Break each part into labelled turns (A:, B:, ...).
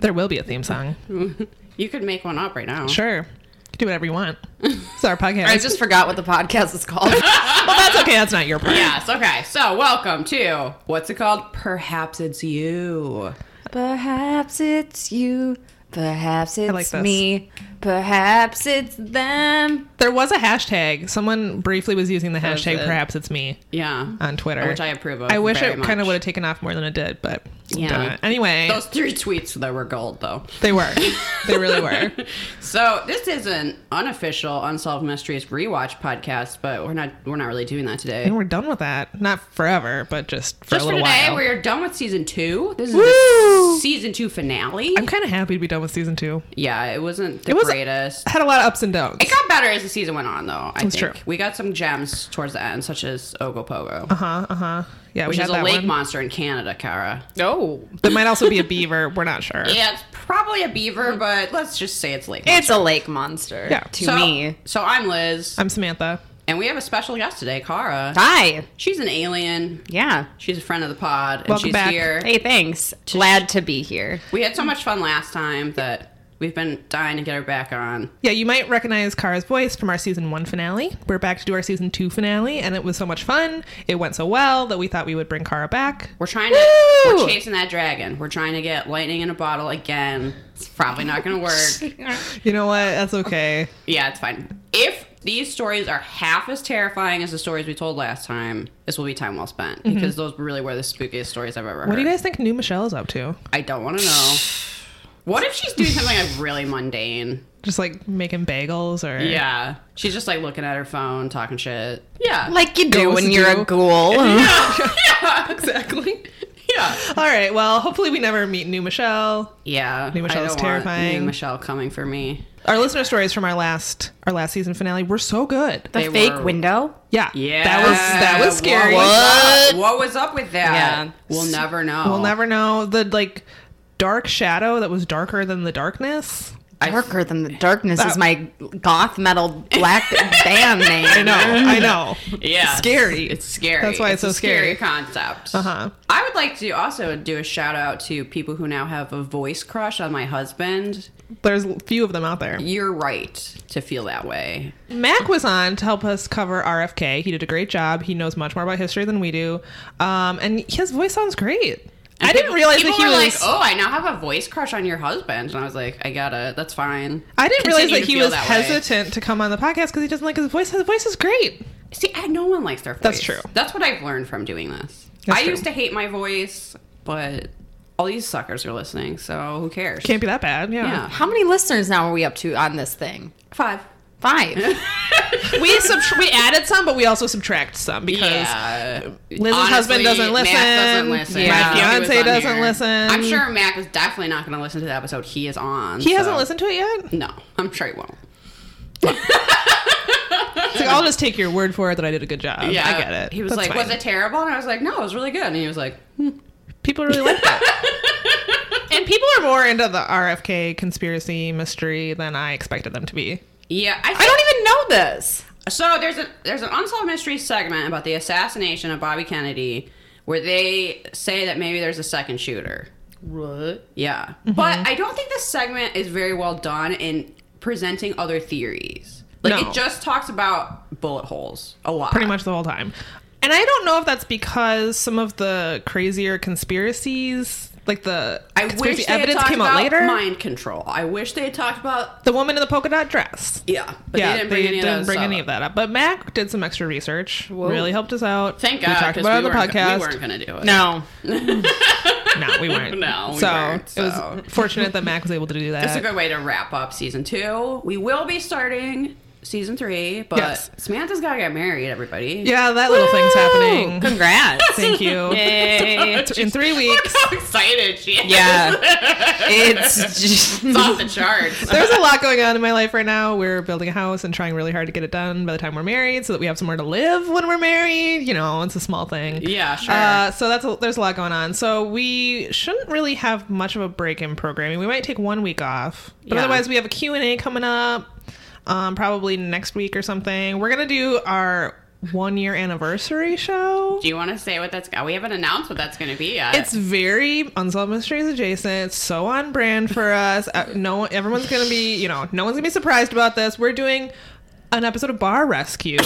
A: There will be a theme song.
B: You could make one up right now.
A: Sure. You can do whatever you want. It's our podcast.
C: I just forgot what the podcast is called.
A: well, that's okay. That's not your part.
B: Yes. Okay. So, welcome to what's it called? Perhaps it's you.
C: Perhaps it's you. Perhaps it's
A: like this.
C: me. Perhaps it's them.
A: There was a hashtag. Someone briefly was using the hashtag
C: it?
A: perhaps it's me
B: Yeah.
A: on Twitter.
B: Which I approve of
A: I wish
B: very
A: it kind
B: much.
A: of would have taken off more than it did, but
B: Yeah.
A: darn it. Anyway,
B: Those three tweets that were gold, though.
A: they were. they really were.
B: So this is an unofficial Unsolved Mysteries rewatch podcast, but we're not we're not really doing that today.
A: And we're done with that. Not forever, but just for
B: Just
A: a
B: for
A: little
B: today,
A: while.
B: we're done with season two. This is
A: Woo!
B: the season two finale.
A: I'm kind of happy to be done with season two.
B: yeah, it wasn't the
A: It was-
B: greatest.
A: Had a lot of ups and downs.
B: It got better as the season went on, though. I
A: That's
B: think
A: true.
B: we got some gems towards the end, such as Ogopogo,
A: Uh huh. Uh huh. Yeah,
B: which
A: we
B: is
A: had
B: a
A: that
B: lake
A: one. Oh.
B: monster in Canada, Kara.
C: No.
A: That might also be a beaver. We're not sure.
B: Yeah, it's probably a beaver, but let's just say it's lake.
C: It's a lake monster
A: Yeah.
C: to
B: so,
C: me.
B: So I'm Liz,
A: I'm Samantha.
B: and we have a special guest today, Kara.
C: Hi.
B: She's an alien.
C: Yeah.
B: She's a friend of the pod, and
A: Welcome
B: she's
A: back.
B: here.
C: Hey, thanks. Glad to be here.
B: We had so much fun last time that we've been dying to get her back on.
A: Yeah, you might recognize Kara's voice from our season one finale. We're back to do our season two finale, and it was so much fun. It went so well that we thought we would bring Kara back.
B: We're trying to.
C: Woo!
B: We're chasing that dragon. We're trying to get lightning in a bottle again. It's probably not going to work.
A: You know what? That's okay.
B: yeah, it's fine. If these stories are half as terrifying as the stories we told last time, this will be time well spent because those really were the spookiest stories I've ever heard.
A: Mm-hmm. What do you guys think New Michelle is up to?
B: I don't want to know. What if she's doing something like really mundane?
A: Just like making bagels or
B: Yeah, she's just like looking at her phone, talking shit. Yeah,
C: Like you do
A: Ghost
C: when you're
A: do.
C: a ghoul.
B: yeah, exactly. Yeah.
A: All right. Well, hopefully we never meet New Michelle.
B: Yeah,
A: New Michelle
B: I
A: is
B: don't want
A: terrifying.
B: New Michelle coming for me.
A: Our listener stories from our last our last season finale were so good.
C: the
B: They
C: fake
B: were-
C: window.
A: Yeah.
B: Yeah,
A: That was that was scary.
B: What was,
C: What?
B: up? What was up with that?
C: Yeah.
B: We'll never know.
A: We'll never know the like dark shadow that was darker than the darkness.
B: I-
C: Darker than the darkness is my goth metal black band name.
A: I know. I know.
B: Yeah,
A: Scary.
B: It's scary.
A: That's why it's
B: a
A: so scary.
B: concept.
A: Uh-huh.
B: I would like to also do a shout out to people who now have a voice crush on my husband.
A: There's a few of them out there.
B: You're right to feel that way.
A: Mac was on to help us cover RFK. He did a great job. He knows much more about history than we do, um, and his voice sounds great. I didn't realize that
B: people
A: he
B: were
A: was.
B: like, "Oh, I now have a voice crush on your husband," and I was like, "I gotta. That's fine."
A: I didn't
B: Continue
A: realize that
B: to
A: he
B: feel
A: was
B: that way.
A: hesitant to come on the podcast because he doesn't like his voice. His voice is great.
B: See, I, no one likes their voice.
A: That's true.
B: That's what I've learned from doing this.
A: That's
B: I
A: true.
B: used to hate my voice, but all these suckers are listening, so who cares?
A: Can't be that bad. Yeah.
B: Yeah.
C: How many listeners now are we up to on this thing?
B: Five.
C: Five.
A: We subtr we added some, but we also subtract some because
B: Yeah.
A: Liz's husband doesn't listen.
B: Mac doesn't listen.
A: My
C: Yeah.
B: He was
A: fiance
B: on
A: doesn't
B: here.
A: listen.
B: I'm sure Mac is definitely not going to listen to the episode he is on.
A: he hasn't
B: so-
A: listened to it yet.
B: No, I'm sure he won't.
A: It's like, I'll just take your word for it that I did a good job. Yeah, I get it.
B: He was
A: That's
B: like,
A: fine.
B: "Was it terrible?" And I was like, "No, it was really good." And he was like, hmm.
A: People really like that. and people are more into the RFK conspiracy mystery than I expected them to be.
B: "Yeah, I,
C: I don't even know this.
B: So there's a there's an unsolved mysteries segment about the assassination of Bobby Kennedy, where they say that maybe there's a second shooter.
C: What?
B: Yeah,
A: Mm-hmm.
B: but I don't think this segment is very well done in presenting other theories. Like
A: No.
B: it just talks about bullet holes a lot.
A: Pretty much the whole time. And I don't know if that's because some of the crazier conspiracies, like the
B: I
A: conspiracy
B: wish they had
A: evidence
B: talked
A: came
B: about
A: out later.
B: mind control. I wish they had talked about
A: the woman in the polka dot dress.
B: yeah, but
A: yeah,
B: they didn't bring, any, of those
A: bring
B: up.
A: any of that up. But Mac did some extra research. Really helped us out.
B: Thank
A: we
B: God,
A: talked
B: 'cause
A: about
B: we
A: it on the
B: weren't-
A: podcast.
B: We weren't gonna do it.
C: No.
A: No, we weren't.
B: No, we
A: so
B: weren't,
A: it was
B: so.
A: fortunate that Mac was able to do that.
B: That's a good way to wrap up season two. We will be starting season three, but
A: Yes.
B: Samantha's gotta get married, everybody.
A: yeah, that little thing's happening.
C: Congrats.
A: Thank you.
C: Yay.
A: In three weeks.
B: How excited she is.
C: Yeah. It's just
B: It's off the charts.
A: There's a lot going on in my life right now. We're building a house and trying really hard to get it done by the time we're married so that we have somewhere to live when we're married. You know, it's a small thing.
B: Yeah, sure.
A: Uh, so that's a, there's a lot going on. So we shouldn't really have much of a break in programming. We might take one week off, but
B: Yeah.
A: otherwise we have a Q and A coming up, um, probably next week or something. We're gonna do our one year anniversary show.
B: Do you want to say what that's? We haven't announced what that's going to be yet.
A: It's very unsolved mysteries adjacent. It's so on brand for us. Uh, no, everyone's gonna be, you know, no one's gonna be surprised about this. We're doing an episode of Bar Rescue.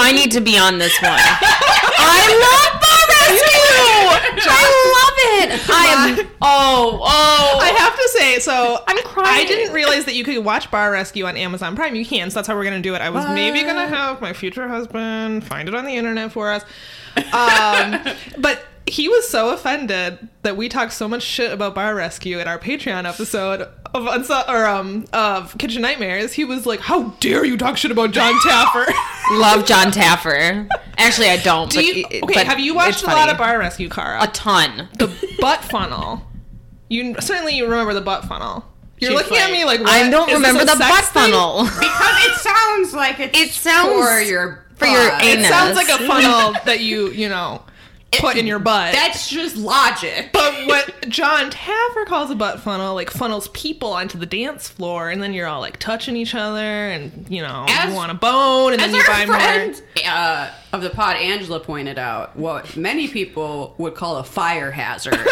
C: I need to be on this one. I love Bar Rescue. I love it. I am. Oh, oh.
A: I have to say, so
C: I'm crying.
A: I didn't realize that you could watch Bar Rescue on Amazon Prime. You can, so that's how we're gonna do it. I was maybe gonna have my future husband find it on the internet for us, um, but he was so offended that we talked so much shit about Bar Rescue in our Patreon episode of Unso- or um of Kitchen Nightmares. He was like, "How dare you talk shit about John Taffer?"
C: Love John Taffer. Actually, I don't.
A: Do
C: but,
A: you,
C: it-
A: okay,
C: but
A: have you watched
C: it's
A: a lot
C: funny.
A: of Bar Rescue, Cara?
C: A ton.
A: the butt funnel. You certainly you remember the butt funnel. You're
B: She's
A: looking at
B: like,
A: me like what?
C: I don't
A: Is this
C: remember
A: a
C: the
A: sex
C: butt
A: thing?
C: funnel.
B: because it sounds like it's
C: It sounds
B: for your
C: for your
B: butt.
A: It
C: anus.
A: sounds like a funnel that you you know put in your butt.
B: That's just logic.
A: but what John Taffer calls a butt funnel like funnels people onto the dance floor, and then you're all like touching each other, and you know
B: As-
A: you want a bone, and then
B: As
A: you buy
B: our
A: more.
B: friend uh, of the pod, Angela pointed out, what many people would call a fire hazard, John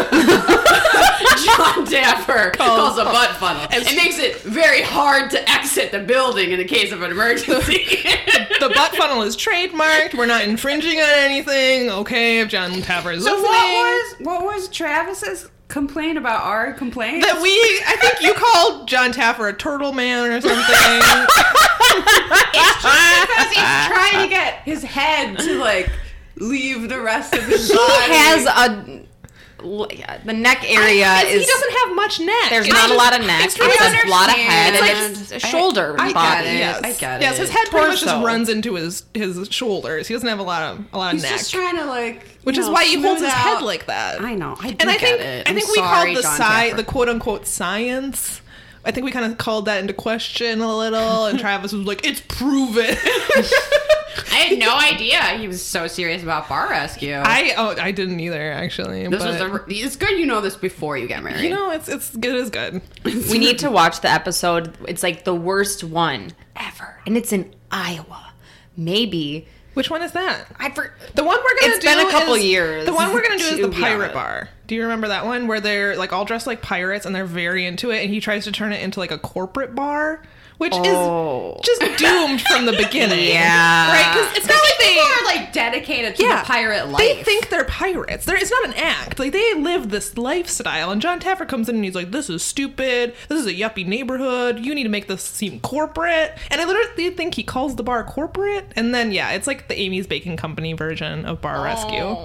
B: Daffer calls a butt funnel. It makes it very hard to exit the building in the case of an emergency.
A: The butt funnel is trademarked. We're not infringing on anything. Okay, if John Taffer is listening.
B: what was Travis's complaint about our complaint?
A: that we I think you called John Taffer a turtle man or something.
B: because he's trying to get his head to like leave the rest of his
C: He
B: body.
C: has a. The neck area is.
A: he doesn't have much neck.
C: There's
A: It's
C: not a
A: just-
C: lot of neck. It's
A: really
C: a lot of head,
B: understand.
C: and
B: It's
C: it's
B: like-
C: a shoulder
B: I- I
C: body.
B: get it.
A: Yes,
B: I get
A: Yes,
B: it.
A: his head pretty much just
C: Torso.
A: runs into his his shoulders. He doesn't have a lot of a lot of
B: He's
A: neck,
B: just trying to like,
A: which
B: you
A: is
B: know,
A: why he holds
B: smooth
A: his head
B: out-
A: like that.
B: I know. I do
A: and I
B: get
A: think
B: it.
A: I
B: I'm
A: think we
B: sorry,
A: called the
B: John
A: sci-
B: Taffer.
A: the quote unquote science. I think we kind of called that into question a little, and Travis was like, "It's proven."
B: I had no idea he was so serious about bar rescue.
A: I oh I didn't either actually.
B: this
A: but,
B: was a, it's good you know this before you get married.
A: you know it's it's good as good.
C: We need to watch the episode. It's like the worst one ever, and it's in Iowa. Maybe
A: Which one is that?
C: I for
A: The one we're gonna
C: It's
A: do
C: been a couple
A: is-
C: years
A: The one we're gonna do is
C: to
A: the
C: be
A: pirate
C: honest.
A: bar. Do you remember that one where they're like all dressed like pirates and they're very into it, and he tries to turn it into like a corporate bar, which is
C: Oh.
A: just doomed from the beginning.
C: Yeah.
A: right. Because it's not like
B: people
A: they
B: are like dedicated to the pirate life.
A: They think they're pirates. They're, it's not an act. Like they live this lifestyle. And John Taffer comes in and he's like, "This is stupid. This is a yuppie neighborhood. You need to make this seem corporate." And I literally think he calls the bar corporate. And then yeah, it's like the Amy's Baking Company version of
B: Oh.
A: Bar Rescue.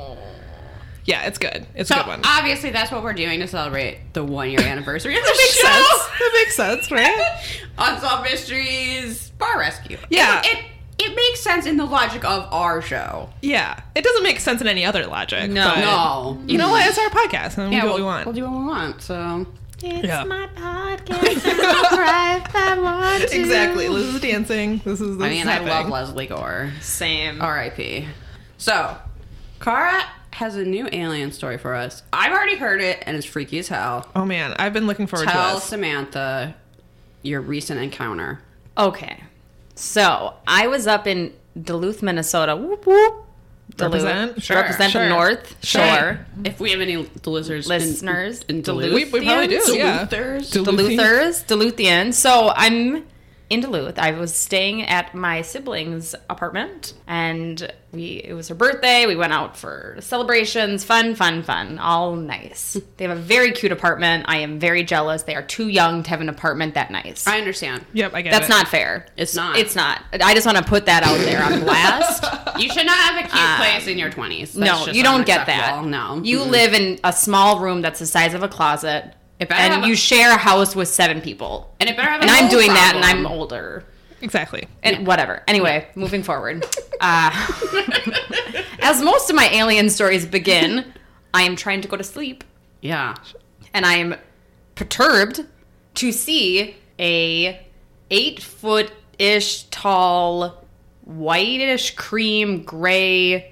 A: Yeah, it's good. It's a
B: so
A: good one.
B: obviously that's what we're doing to celebrate the one year anniversary of the
A: that makes
B: show.
A: sense. That makes sense, right?
B: Unsolved Mysteries Bar Rescue.
A: Yeah.
B: It, it it makes sense in the logic of our show.
A: yeah, it doesn't make sense in any other logic.
C: No.
A: but
B: No.
A: You know what? It's our podcast, and we do what we want.
B: We'll do what we want. So
C: it's
A: Yeah.
C: my podcast. I I want to.
A: exactly. Liz is dancing. This is. This
B: I mean,
A: is
B: I
A: happening.
B: love Leslie Gore.
C: Same.
B: R.I.P. So, Kara has a new alien story for us. I've already heard it, and it's freaky as hell.
A: Oh man, I've been looking forward to
B: Tell
A: this.
B: Samantha your recent encounter.
C: Okay, so I was up in Duluth, Minnesota. Whoop whoop. Duluth.
A: Represent. Sure,
C: Represent
A: sure.
C: the North
A: Sure.
C: Shore.
B: If we have any listeners, in-
C: Listeners.
B: in, Duluth,
A: We, we probably do.
B: Duluthers?
A: Yeah.
C: Duluthers, Duluthian. So I'm in Duluth. I was staying at my sibling's apartment, and we it was her birthday. We went out for celebrations, fun, fun, fun, all nice. They have a very cute apartment. I am very jealous. They are too young to have an apartment that nice.
B: I understand.
A: Yep, I get
C: That's
A: it.
C: not fair.
B: It's not.
C: It's not. I just want to put that out there on blast.
B: You should not have a cute place in your twenties.
C: Um, no, you don't get that.
B: No,
C: you live in a small room that's the size of a closet,
B: It better have
C: and
B: a-
C: you share a house with seven people.
B: and it better have.
C: and
B: a
C: I'm
B: mold
C: doing that, and
B: problem.
C: I'm older,
A: exactly.
C: and whatever. Anyway, moving forward, uh, as most of my alien stories begin, I am trying to go to sleep,
B: Yeah.
C: and I am perturbed to see a eight foot ish tall, whitish cream gray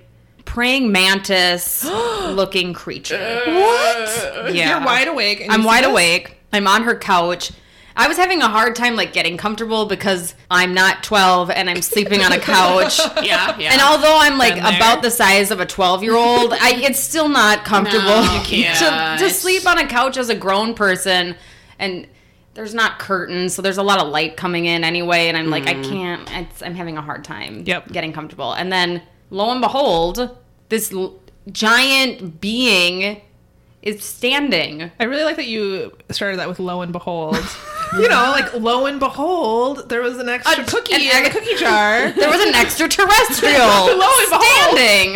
C: praying mantis looking creature.
A: What?
C: Yeah.
A: You're wide awake. Uh, And you
C: I'm
A: see
C: wide
A: this?
C: awake. I'm on her couch. I was having a hard time like getting comfortable because I'm not 12 and I'm sleeping on a couch.
B: Yeah, yeah.
C: And although I'm like
A: Been there.
C: about the size of a 12 year old, I it's still not comfortable
B: No, you can't.
C: to, to sleep on a couch as a grown person. And there's not curtains, so there's a lot of light coming in anyway. And I'm like, I can't. It's, I'm having a hard time
A: Mm. Yep.
C: getting comfortable. And then lo and behold, this l- giant being is standing.
A: I really like that you started that with lo and behold. you know, like lo and behold, there was an extra
C: A-
A: cookie
C: an
A: in the
C: egg.
A: cookie jar.
C: There was an extraterrestrial standing.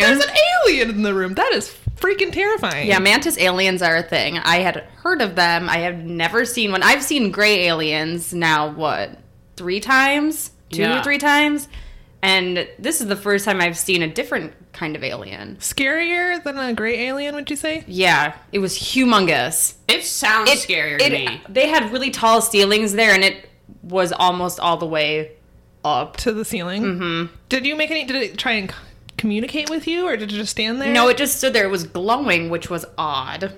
A: There's an alien in the room. That is freaking terrifying.
C: Yeah, mantis aliens are a thing. I had heard of them. I have never seen one. I've seen gray aliens now, what, three times? Two
B: Yeah.
C: or three times? And this is the first time I've seen a different kind of alien.
A: Scarier than a gray alien, would you say?
C: Yeah, it was humongous.
B: It sounds
C: It-
B: scarier
C: it-
B: to me.
C: They had really tall ceilings there, and it was almost all the way up.
A: To the ceiling. Mm-hmm. Did you make any? Did it try and c- communicate with you, or did it just stand there?
C: No, it just stood there. It was glowing, which was odd.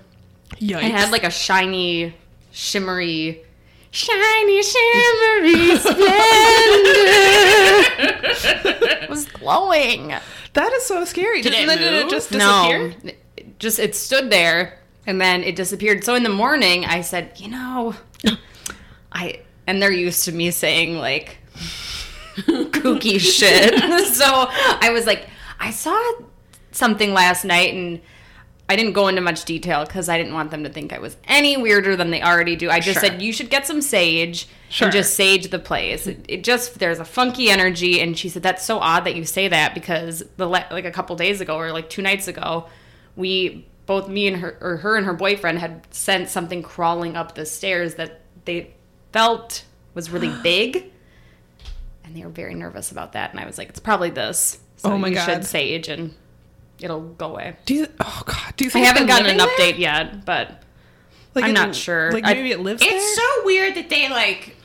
A: Yikes.
C: It had like a shiny, shimmery, shiny, shimmery splendor. it was glowing.
A: that is so scary.
B: Did
A: Did,
B: it
A: then did it
B: move?
A: just disappear?
C: No, it- just it stood there and then it disappeared. So in the morning, I said, you know, I and they're used to me saying like kooky shit. so I was like, I saw something last night and. I didn't go into much detail because I didn't want them to think I was any weirder than they already do. I just
A: Sure.
C: said you should get some sage
A: Sure.
C: and just sage the place. It, it just there's a funky energy, and she said that's so odd that you say that because the le- like a couple days ago or like two nights ago, we both me and her or her and her boyfriend had sent something crawling up the stairs that they felt was really big, and they were very nervous about that. And I was like, it's probably this. So
A: Oh my
C: you
A: God.
C: should sage and it'll go away.
A: Do you? Oh god. Do you?
C: I
A: Think it's
C: haven't
A: been
C: gotten an
A: living there?
C: update yet, but
A: Like
C: I'm
A: it-
C: not sure.
A: Like
C: I-
A: maybe it lives there.
B: It's so weird that they like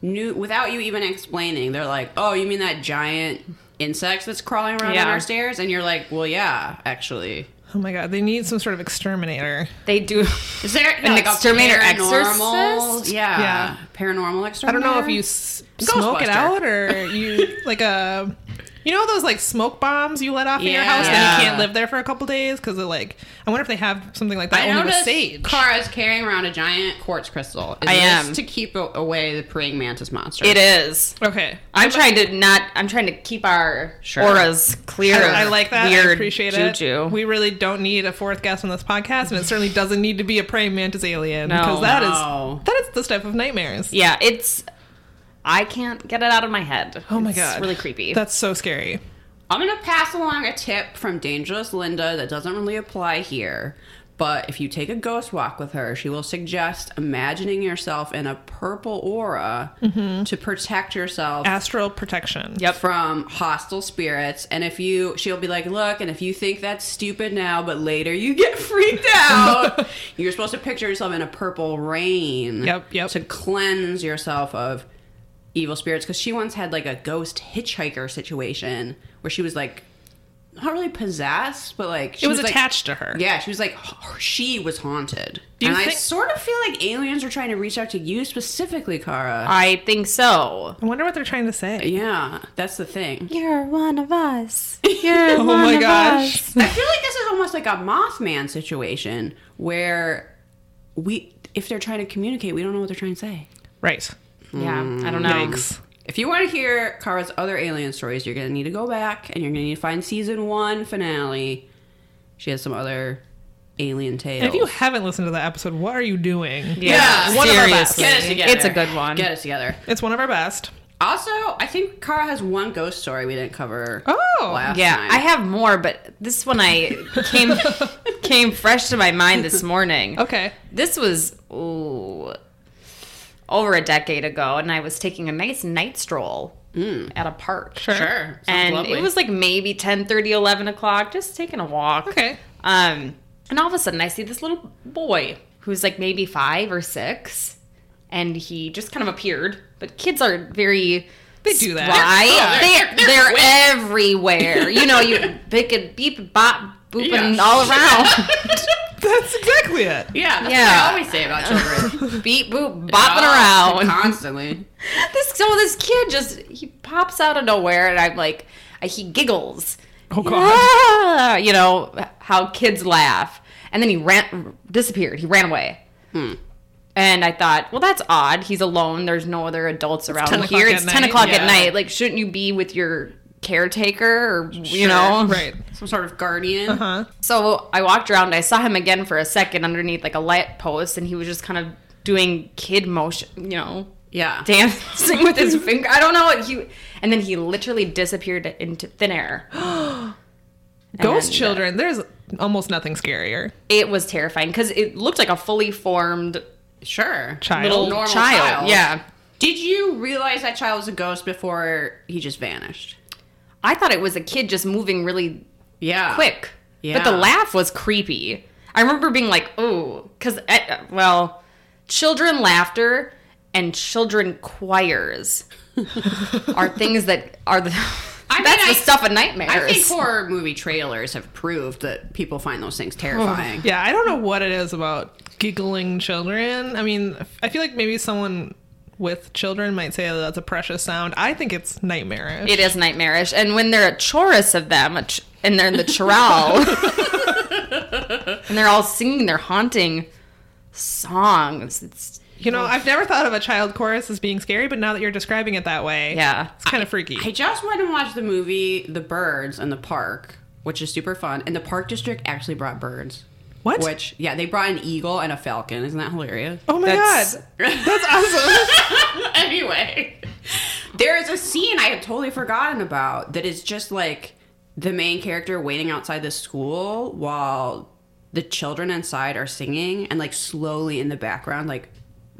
B: knew without you even explaining. They're like, "Oh, you mean that giant insect that's crawling around on
C: Yeah.
B: our stairs?" And you're like, "Well, yeah, actually."
A: oh my god. They need some sort of exterminator.
C: they do.
B: Is there
C: An
B: like, a
C: exterminator
B: paranormal-
C: exorcist?
B: Yeah,
A: Yeah.
B: paranormal
A: I
B: exterminator.
A: don't know if you s- smoke it
B: Ghostbuster.
A: out or you like a. You know those like smoke bombs you let off in your
B: Yeah.
A: house and you
B: Yeah.
A: can't live there for a couple days because like I wonder if they have something like that
B: I
A: only with
B: noticed
A: sage.
B: Kara's carrying around a giant quartz crystal. Is
C: I
B: this
C: am.
B: to keep a- away the praying mantis monster.
C: It is.
A: okay,
C: I'm trying to not. I'm trying to keep our
B: Sure.
C: auras clear. of
A: I, I like that.
C: Weird
A: I appreciate it.
C: juju.
A: We really don't need a fourth guest on this podcast, and it certainly doesn't need to be a praying mantis alien
C: No.
A: because that is
B: No.
A: that is the stuff of nightmares.
C: yeah, it's. I can't get it out of my head.
A: Oh my
C: It's
A: god,
C: really creepy.
A: That's so scary.
B: I'm gonna pass along a tip from Dangerous Linda that doesn't really apply here. But if you take a ghost walk with her, she will suggest imagining yourself in a purple aura to protect yourself
A: Astral protection.
C: Yep.
B: from hostile spirits. And if you, she'll be like, look, and if you think that's stupid now, but later you get freaked out, you're supposed to picture yourself in a purple rain.
A: Yep, yep.
B: To cleanse yourself of evil spirits. Because she once had like a ghost hitchhiker situation where she was like, not really possessed, but like she
A: It was,
B: like-
A: attached to her.
B: yeah, she was like, h- she was haunted.
A: Do you
B: and I
A: think-
B: sort of feel like aliens are trying to reach out to you specifically,
A: Uh,
B: Kara.
C: I think so.
A: I wonder what they're trying to say.
B: yeah, that's the thing.
C: You're one of us. You're
A: Oh my gosh.
B: I feel like this is almost like a Mothman situation where we, if they're trying to communicate, we don't know what they're trying to say.
A: Right.
C: Yeah, I don't know.
A: Yikes.
B: If you want to hear Kara's other alien stories, you're going to need to go back and you're going to need to find season one finale. She has some other alien tales.
A: And if you haven't listened to that episode, what are you doing?
C: Yeah,
B: Yeah,
A: one of our best.
C: seriously,
B: Get us together.
C: it's a good one.
B: Get us together.
A: It's one of our best.
B: Also, I think Kara has one ghost story we didn't cover.
A: Oh.
B: last
C: Yeah,
B: time.
C: I have more, but this one I came came fresh to my mind this morning.
A: Okay.
C: This was ooh, over a decade ago, and I was taking a nice night stroll at a park.
A: Sure.
B: Sure. Sounds
C: And
B: lovely.
C: it was like maybe 10 11 o'clock, just taking a walk.
A: Okay.
C: Um, and all of a sudden, I see this little boy who's like maybe five or six, and he just kind of appeared. But kids are very
A: They do that.
C: spry.
B: They're-
C: They're,
B: they're-
C: they're, everywhere. You know, you they could beep, bop, boop, and
B: Yeah.
C: all around.
A: That's exactly it.
B: Yeah, that's
C: Yeah.
B: what I always say about children.
C: Beep
B: Bopping
C: boop, bopping around.
B: constantly.
C: This so this kid just he pops out of nowhere, and I'm like, I, he giggles.
A: Oh, God.
C: Yeah, you know how kids laugh, and then he ran, disappeared. He ran away.
B: Hmm.
C: And I thought, well, that's odd. He's alone. There's no other adults around
A: 10 o'clock
C: here.
A: at
C: It's ten
A: night,
C: o'clock
B: yeah.
C: at night. Like, shouldn't you be with your caretaker or you
A: Sure,
C: know?
A: right?
B: Some sort of guardian.
A: Huh?
C: So I walked around. I saw him again for a second underneath like a light post, and he was just kind of doing kid motion, you know,
B: Yeah.
C: dancing with his finger. I don't know what he. And then he literally disappeared into thin air.
A: Ghost
C: And, uh,
A: children. There's almost nothing scarier.
C: It was terrifying because it looked like a fully formed
B: Sure.
A: Child.
C: little
B: Normal
C: child.
B: child.
C: Yeah.
B: Did you realize that child was a ghost before he just vanished?
C: I thought it was a kid just moving really
B: Yeah.
C: quick.
B: Yeah.
C: But the laugh was creepy. I remember being like, "Oh," because well, children laughter and children choirs are things that are the
B: I mean,
C: that's
B: I-
C: the stuff of nightmares.
B: I think horror movie trailers have proved that people find those things terrifying.
A: Yeah, I don't know what it is about giggling children. I mean, I feel like maybe someone with children might say that that's a precious sound. I think it's nightmarish.
C: it is nightmarish, and when they're a chorus of them, a ch- and they're in the chorale, and they're all singing their haunting songs. It's
A: you know, I've never thought of a child chorus as being scary, but now that you're describing it that way,
C: yeah.
A: it's kind of freaky.
B: I just went and watched the movie The Birds in the Park, which is super fun. And the Park District actually brought birds.
A: what?
B: Which, yeah, they brought an eagle and a falcon. Isn't that hilarious?
A: oh my
C: That's-
A: god, that's awesome.
B: anyway, there is a scene I had totally forgotten about that is just like the main character waiting outside the school while the children inside are singing, and like slowly in the background, like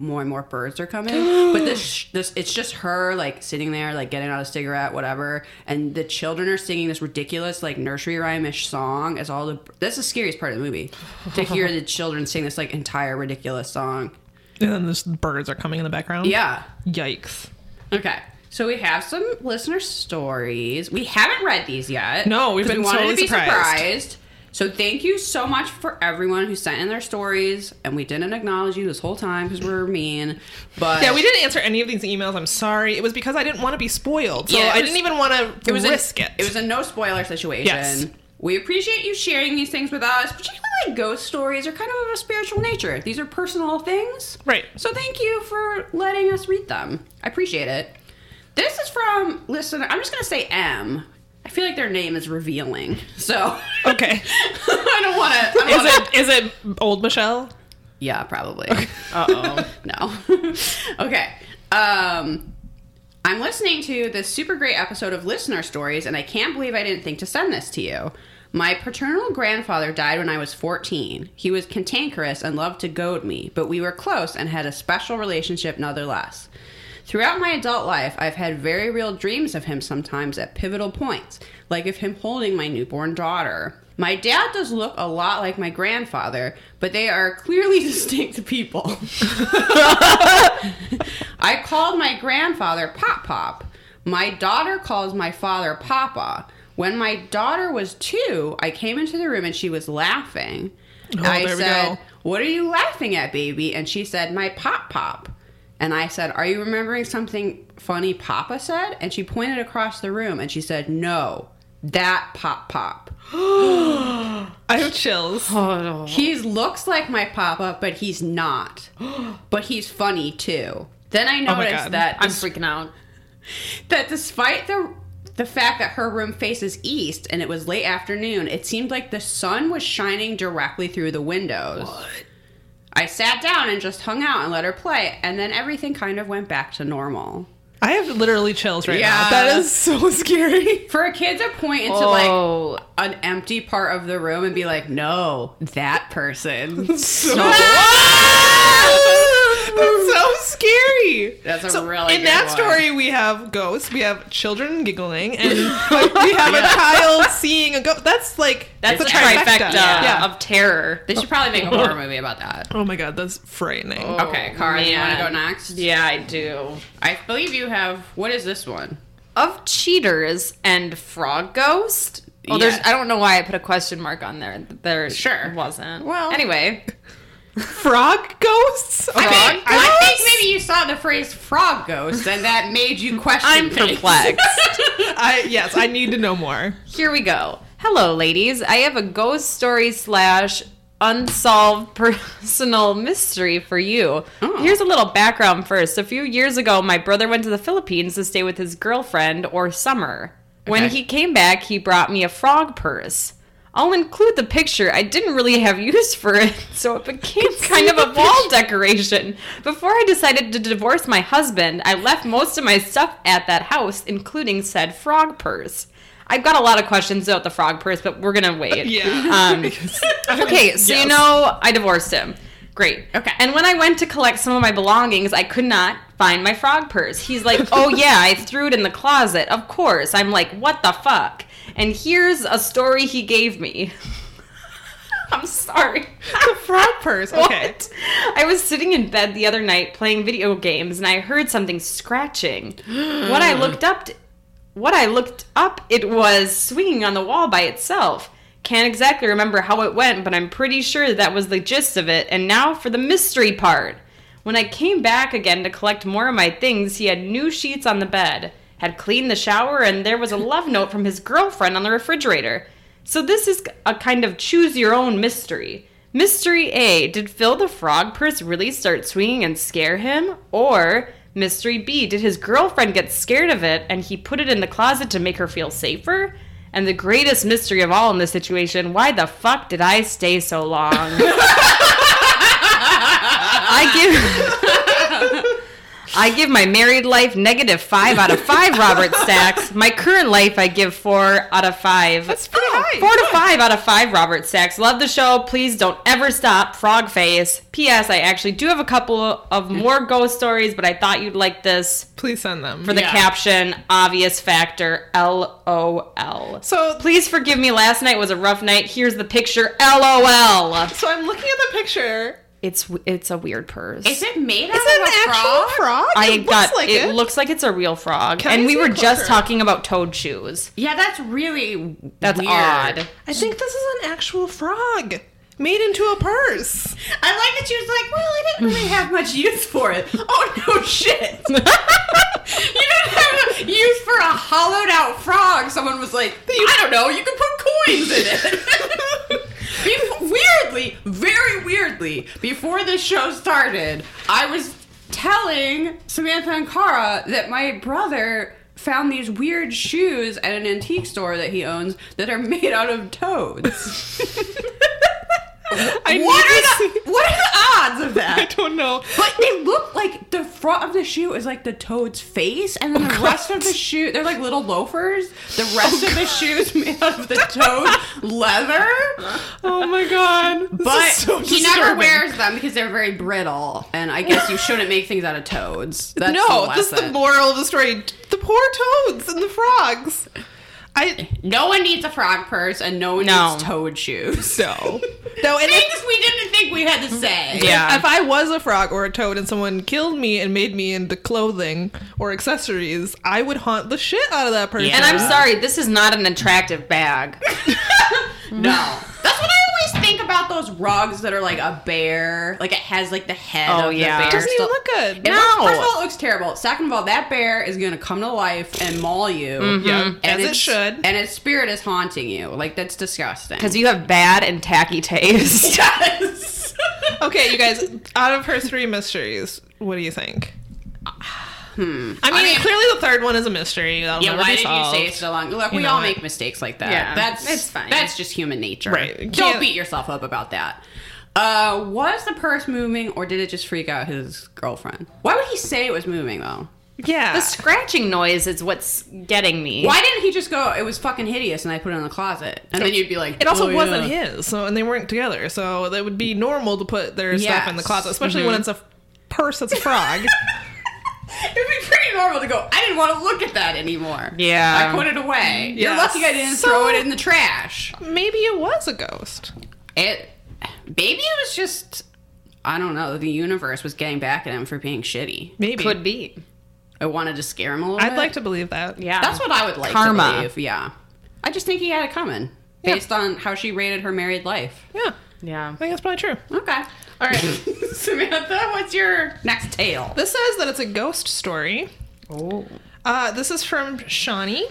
B: more and more birds are coming. but this, this, it's just her like sitting there, like getting out a cigarette, whatever, and the children are singing this ridiculous like nursery rhyme-ish song as all the. That's the scariest part of the movie to hear the children sing this like entire ridiculous song.
A: and then the birds are coming in the background.
B: Yeah.
A: Yikes.
B: Okay. So we have some listener stories. We haven't read these yet.
A: No, we've
B: 'cause
A: been
B: we wanted
A: totally
B: to be
A: surprised.
B: surprised. So thank you so much for everyone who sent in their stories, and we didn't acknowledge you this whole time because we were mean. But
A: Yeah, we didn't answer any of these emails. I'm sorry. It was because I didn't want to be spoiled, so
B: Yeah, it
A: I
B: was-
A: didn't even want to
B: It was
A: risk
B: a,
A: it.
B: It was a no spoiler situation.
A: Yes.
B: We appreciate you sharing these things with us, particularly like ghost stories are kind of of a spiritual nature. These are personal things.
A: Right.
B: So thank you for letting us read them. I appreciate it. This is from listener. I'm just gonna say M. I feel like their name is revealing, so
A: okay.
B: I don't want to.
A: Is it is it old Michelle?
B: Yeah, probably. Uh oh. no. okay. Um, I'm listening to this super great episode of Listener Stories, and I can't believe I didn't think to send this to you. My paternal grandfather died when I was 14. He was cantankerous and loved to goad me, but we were close and had a special relationship nonetheless. Throughout my adult life, I've had very real dreams of him sometimes at pivotal points, like of him holding my newborn daughter. My dad does look a lot like my grandfather, but they are clearly distinct people. I called my grandfather Pop Pop. My daughter calls my father Papa. When my daughter was two, I came into the room and she was laughing.
A: Oh,
B: I
A: there we
B: said,
A: go.
B: What are you laughing at, baby? And she said, My Pop Pop. And I said, Are you remembering something funny Papa said? And she pointed across the room and she said, No, that Pop Pop.
A: I have chills.
C: Oh,
B: He looks like my papa, but he's not. but he's funny too. Then I
A: Oh my
B: noticed
A: God.
B: that
C: I'm freaking out.
B: that despite the the fact that her room faces east and it was late afternoon, it seemed like the sun was shining directly through the windows. I sat down and just hung out and let her play, and then everything kind of went back to normal.
A: I have literally chills right now.
B: Yeah.
A: That is so scary.
B: For a kid to point into
C: oh,
B: like an empty part of the room and be like, "No, that person."
A: So
B: Ah!
A: That's so scary.
B: That's a
A: So
B: really
A: in
B: good
A: that
B: one.
A: story we have ghosts, we have children giggling, and like, we have a child seeing a ghost. That's like
C: That's a
A: the
C: trifecta
A: Yeah.
C: of terror.
B: They should probably make a horror movie about that.
A: Oh my god, that's frightening.
B: Okay, Cara, you want to go
C: Oh, man.
B: next?
C: Yeah, I do.
B: I believe you have. What is this one?
C: Of cheaters and frog ghost, Well,
B: yeah.
C: there's. I don't know why I put a question mark on there. There
B: Sure.
C: wasn't.
A: Well-
C: anyway,
A: Frog ghosts. Okay.
B: I
C: Frog
B: think, I think
A: ghosts?
B: maybe you saw the phrase frog ghost and that made you question
C: I'm
B: things.
C: perplexed.
A: I yes, I need to know more.
C: Here we go. Hello, ladies. I have a ghost story slash unsolved personal mystery for you.
B: Oh.
C: Here's a little background first. A few years ago, my brother went to the Philippines to stay with his girlfriend or summer. When
B: Okay.
C: he came back, he brought me a frog purse. I'll include the picture. I didn't really have use for it, so it became kind of a wall decoration. Before I decided to divorce my husband, I left most of my stuff at that house, including said frog purse. I've got a lot of questions about the frog purse, but we're gonna wait.
A: Yeah.
C: Um, okay, so
A: Yes.
C: you know, I divorced him. Great.
B: Okay.
C: And when I went to collect some of my belongings, I could not find my frog purse. He's like, "Oh yeah, I threw it in the closet." Of course. I'm like, "What the fuck?" And here's a story he gave me. I'm sorry.
A: the frog purse. Okay.
C: What? I was sitting in bed the other night playing video games and I heard something scratching. what I looked up t- what I looked up it was swinging on the wall by itself. Can't exactly remember how it went, but I'm pretty sure that was the gist of it. And now for the mystery part. When I came back again to collect more of my things, he had new sheets on the bed, had cleaned the shower, and there was a love note from his girlfriend on the refrigerator. So this is a kind of choose your own mystery. Mystery A, did Phil the frog purse really start swinging and scare him? Or mystery B, did his girlfriend get scared of it and he put it in the closet to make her feel safer? And the greatest mystery of all in this situation, why the fuck did I stay so long? I give I give my married life negative 5 out of 5 Robert Stacks. My current life I give 4 out of 5.
A: That's pretty high.
C: Four to five out of five, Robert Sacks. Love the show. Please don't ever stop. Frog face. P.S. I actually do have a couple of more ghost stories, but I thought you'd like this
A: Please send them.
C: for the
B: Yeah.
C: caption. Obvious factor. LOL.
A: so
C: Please forgive me. Last night was a rough night. Here's the picture. LOL.
A: so I'm looking at the picture.
C: It's it's a weird purse.
B: Is it made out
A: Is it
B: of
A: an
B: a
A: actual
B: frog?
A: frog?
C: I
A: it
C: got
A: looks like
C: it,
A: it.
C: looks like it's a real frog.
A: Can I
C: and we
A: see
C: were
A: a closer?
C: just talking about toad shoes.
B: Yeah, that's really
C: That's
B: weird.
C: odd.
A: I think this is an actual frog made into a purse.
B: I like that she was like, well, I didn't really have much use for it. Oh, no shit. you don't have a use for a hollowed out frog. Someone was like, I don't know, you can put coins in it. Bef- weirdly, very weirdly, before this show started, I was telling Samantha and Cara that my brother found these weird shoes at an antique store that he owns that are made out of toads.
A: I
B: what, are
A: need to
B: the, what are the odds of
A: I
B: that?
A: don't know.
B: But it looked like the front of the shoe is like the toad's face, and then the
A: Oh,
B: rest of the shoe, they're like little loafers. The rest of the shoe is made out of the toad leather.
A: Oh my god. This
B: But
A: is so
B: he never
A: disturbing.
B: wears them because they're very brittle, and I guess you shouldn't make things out of toads. That's
A: no,
B: the
A: this is the
B: lesson.
A: moral of the story. The poor toads and the frogs. I
B: no one needs a frog purse, and no one
C: No.
B: needs toad shoes.
A: no. No, and if,
B: Things we didn't think we had to say.
C: Yeah.
A: if I was a frog or a toad and someone killed me and made me into clothing or accessories, I would haunt the shit out of that person.
C: And I'm sorry, this is not an attractive bag.
B: No. That's what I always think about those rugs that are like a bear. Like it has like the head
C: Oh,
B: of
C: yeah.
B: the bear.
A: doesn't even
B: still-
A: look good.
B: It looks-
C: No.
B: first of all, it looks terrible. Second of all, that bear is going to come to life and maul you.
C: Mm-hmm.
A: Yeah,
B: Mm-hmm.
A: as
B: And
A: it
B: its-
A: should.
B: And its spirit is haunting you. Like, that's disgusting.
C: Because you have bad and tacky taste.
B: Yes.
A: Okay, you guys, out of her three mysteries, what do you think? I, mean,
B: mean-
A: clearly the third one is a mystery. That'll
B: yeah,
A: never
B: why
A: be
B: did you
A: solved.
B: say it so long? Look, we
A: know
B: all
A: what?
B: make mistakes like that.
C: Yeah,
B: that's
C: it's fine.
B: That's just human nature.
A: Right.
B: Don't
A: Can't-
B: beat yourself up about that. Uh, was the purse moving, or did it just freak out his girlfriend? Why would he say it was moving though?
A: yeah.
C: The scratching noise is what's getting me.
B: Why didn't he just go? It was fucking hideous, and I put it in the closet. And then you'd be like,
A: It also
B: "Oh,
A: wasn't
B: yeah."
A: his, so and they weren't together, so that would be normal to put their stuff in the
B: Yes.
A: closet, especially when it's a f- purse that's a frog.
B: It'd be pretty normal to go. I didn't want to look at that anymore.
C: Yeah.
B: I put it away. You're
A: Yes.
B: lucky I didn't
A: So-
B: throw it in the trash.
A: Maybe it was a ghost.
B: It, maybe it was just, I don't know. The universe was getting back at him for being shitty.
A: Maybe
C: Could be.
B: I wanted to scare him a little.
A: I'd
B: bit.
A: like to believe that.
C: Yeah.
B: That's what I would like.
C: Karma.
B: To believe. Yeah. I just think he had it coming
A: Yeah.
B: based on how she rated her married life.
A: Yeah,
C: Yeah.
A: I think that's probably true.
B: Okay.
A: All right.
B: Samantha, what's your next tale?
A: this says that it's a ghost story.
C: Oh.
A: Uh, this is from Shawnee.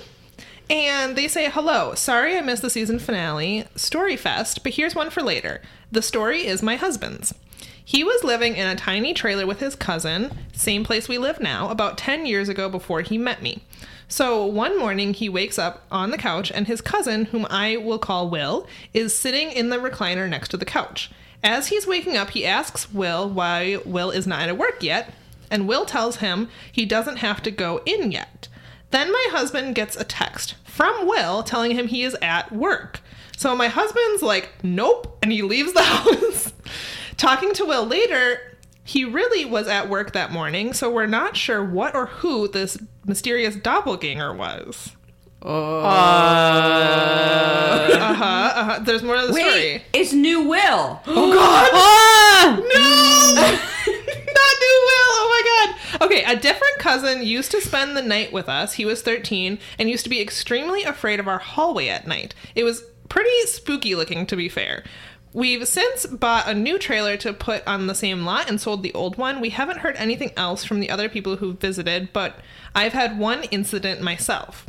A: And they say, Hello, sorry I missed the season finale, Story Fest, but here's one for later. The story is my husband's. He was living in a tiny trailer with his cousin, same place we live now, about 10 years ago before he met me. So one morning he wakes up on the couch, and his cousin, whom I will call Will, is sitting in the recliner next to the couch. As he's waking up, he asks Will why Will is not at work yet, and Will tells him he doesn't have to go in yet. Then my husband gets a text from Will telling him he is at work. So my husband's like, nope, and he leaves the house. Talking to Will later, he really was at work that morning, so we're not sure what or who this mysterious doppelganger was. Uh huh. Uh-huh. There's more to the
B: Wait,
A: story.
B: it's New Will.
A: Oh God!
C: Ah!
A: Not new Will. Oh my God. Okay, a different cousin used to spend the night with us. He was 13 and used to be extremely afraid of our hallway at night. It was pretty spooky looking, to be fair. We've since bought a new trailer to put on the same lot and sold the old one. We haven't heard anything else from the other people who visited, but I've had one incident myself.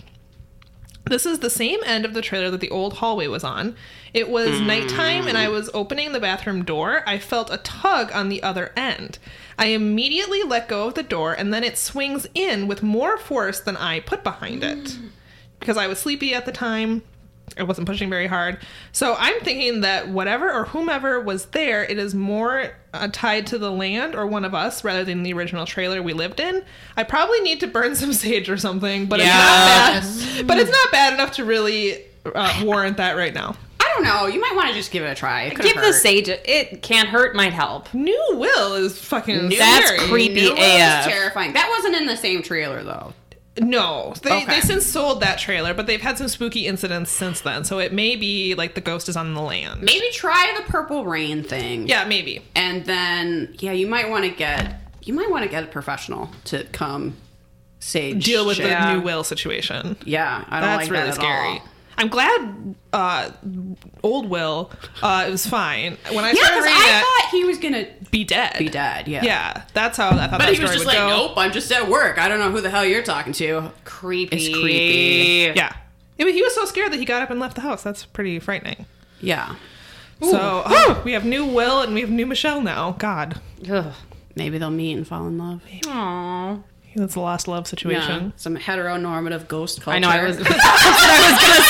A: This is the same end of the trailer that the old hallway was on. It was nighttime and I was opening the bathroom door. I felt a tug on the other end. I immediately let go of the door and then it swings in with more force than I put behind it. Because I was sleepy at the time. I wasn't pushing very hard. So I'm thinking that whatever or whomever was there, it is more uh, tied to the land or one of us rather than the original trailer we lived in. I probably need to burn some sage or something, but it's not
C: Yeah.
A: bad but it's not bad enough to really uh, warrant that right now.
B: I don't know. You might want to just give it a try. It could've
C: Give the
B: hurt.
C: sage. A, it can't hurt. Might help.
A: New Will is fucking
C: That's
A: scary.
C: creepy.
B: New Will
C: AF.
B: is terrifying. That wasn't in the same trailer though.
A: No, they
B: Okay.
A: they since sold that trailer, but they've had some spooky incidents since then. So it may be like the ghost is on the land.
B: Maybe try the purple rain thing.
A: Yeah, maybe.
B: And then yeah, you might want to get you might want to get a professional to come sage
A: Deal with
B: shit.
A: the New Will situation.
B: Yeah, I don't
A: That's
B: like
A: really
B: that at
A: scary.
B: all.
A: I'm glad uh, old Will uh, it was fine. When I
B: Yeah,
A: started
B: because
A: reading
B: I
A: that,
B: thought he was gonna
A: be dead.
B: be dead. Yeah.
A: Yeah, that's how I thought
B: But
A: that
B: he was
A: story
B: just
A: would
B: like,
A: go.
B: nope, I'm just at work. I don't know who the hell you're talking to.
C: Creepy.
B: It's creepy.
A: Yeah, It was- he was so scared that he got up and left the house. That's pretty frightening.
B: Yeah.
A: So oh, we have new Will and we have new Michelle now. God,
C: Ugh.
B: Maybe they'll meet and fall in love.
C: Aw.
A: that's a lost love
B: Yeah.
A: situation.
B: Some heteronormative ghost culture.
C: I know. I was. that's what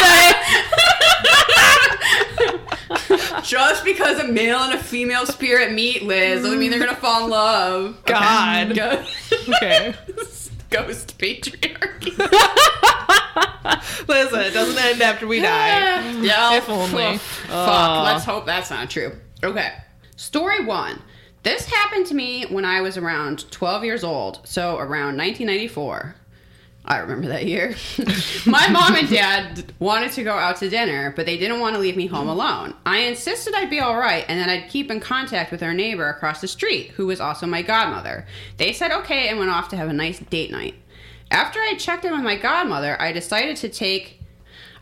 C: I was gonna say.
B: Just because a male and a female spirit meet, Liz, doesn't mean they're gonna fall in love.
A: God.
B: Go-
A: Okay,
B: Ghost patriarchy.
A: listen, it doesn't end after we die.
B: yeah.
A: If only.
B: Fuck.
C: Aw.
B: Let's hope that's not true. Okay. Story one. This happened to me when I was around 12 years old, so around 1994. I remember that year. My mom and dad wanted to go out to dinner, but they didn't want to leave me home alone. I insisted I'd be all right and that I'd keep in contact with our neighbor across the street, who was also my godmother. They said okay and went off to have a nice date night. After I checked in with my godmother, I decided to take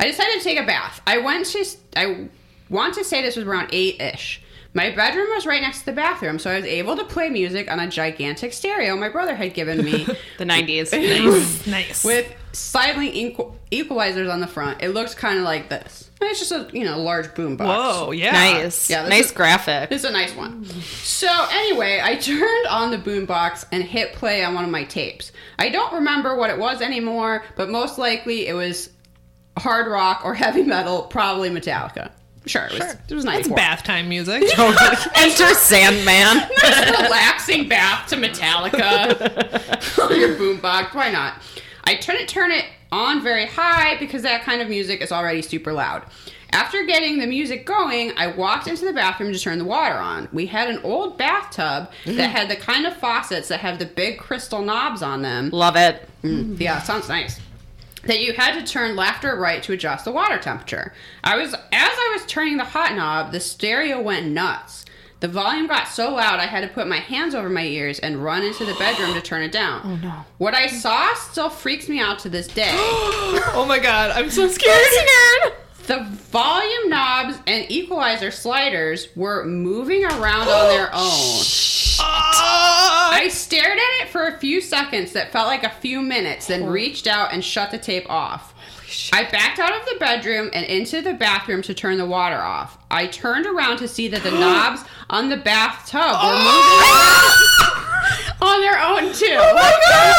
B: I decided to take a bath. I went to I want to say this was around 8ish. My bedroom was right next to the bathroom, so I was able to play music on a gigantic stereo my brother had given me
C: The nineties.
A: Nice.
B: with silent equal- equalizers on the front. It looks kind of like this. And it's just a you know large boom box.
A: Whoa, oh, yeah,
C: Nice.
B: Yeah, this
C: nice
B: is-
C: graphic.
B: It's a nice one. So anyway, I turned on the boombox and hit play on one of my tapes. I don't remember what it was anymore, but most likely it was hard rock or heavy metal, probably Metallica. Sure, it was. It was
A: That's
B: 94.
A: bath time music.
C: Enter Sandman.
B: nice relaxing bath to Metallica on your boombox. Why not? I couldn't turn it on very high because that kind of music is already super loud. After getting the music going, I walked into the bathroom to turn the water on. We had an old bathtub that had the kind of faucets that have the big crystal knobs on them.
C: Love it.
B: Yeah, sounds nice. That you had to turn left or right to adjust the water temperature. I was as I was turning the hot knob, the stereo went nuts. The volume got so loud I had to put my hands over my ears and run into the bedroom to turn it down. Oh
C: no.
B: What I saw still freaks me out to this day.
A: oh my god, I'm so scared.
B: The volume knobs and equalizer sliders were moving around on their own.
A: Ah!
B: I stared at it for a few seconds that felt like a few minutes, then reached out and shut the tape off. I backed out of the bedroom and into the bathroom to turn the water off. I turned around to see that the knobs on the bathtub were moving on their own too.
A: Oh my god!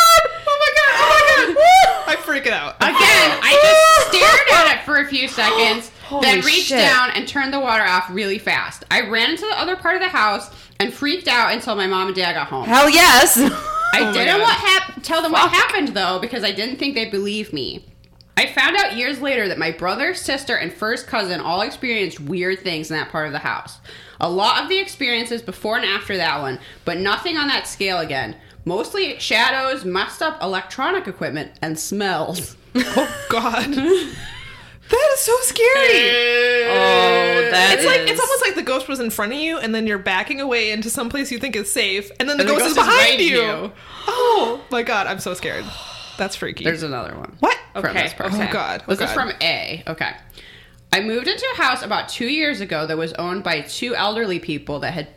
A: Oh my god! Oh my god! Woo! I'm freaking out.
B: Again, I just stared at it for a few seconds, then
C: Holy
B: reached
C: shit.
B: down and turned the water off really fast. I ran into the other part of the house and freaked out until my mom and dad got home.
C: Hell yes.
B: I
A: Oh my
B: didn't
A: God.
B: what hap- tell them what happened though because I didn't think they believed me. I found out years later that my brother, sister, and first cousin all experienced weird things in that part of the house. A lot of the experiences before and after that one, but nothing on that scale again. Mostly shadows, messed up electronic equipment, and smells.
A: Oh god. That is so scary.
C: oh, that
A: It's like
C: is-
A: it's almost like the ghost was in front of you, and then you're backing away into some place you think is safe, and then the,
B: And
A: ghost, is behind
B: right
A: you. Oh my god, I'm so scared. That's freaky.
B: There's another one.
A: what?
B: From
C: Okay.
B: this person.
A: Oh, God. Oh,
B: This is
A: God.
B: from A. Okay. I moved into a house about two years ago that was owned by two elderly people that had,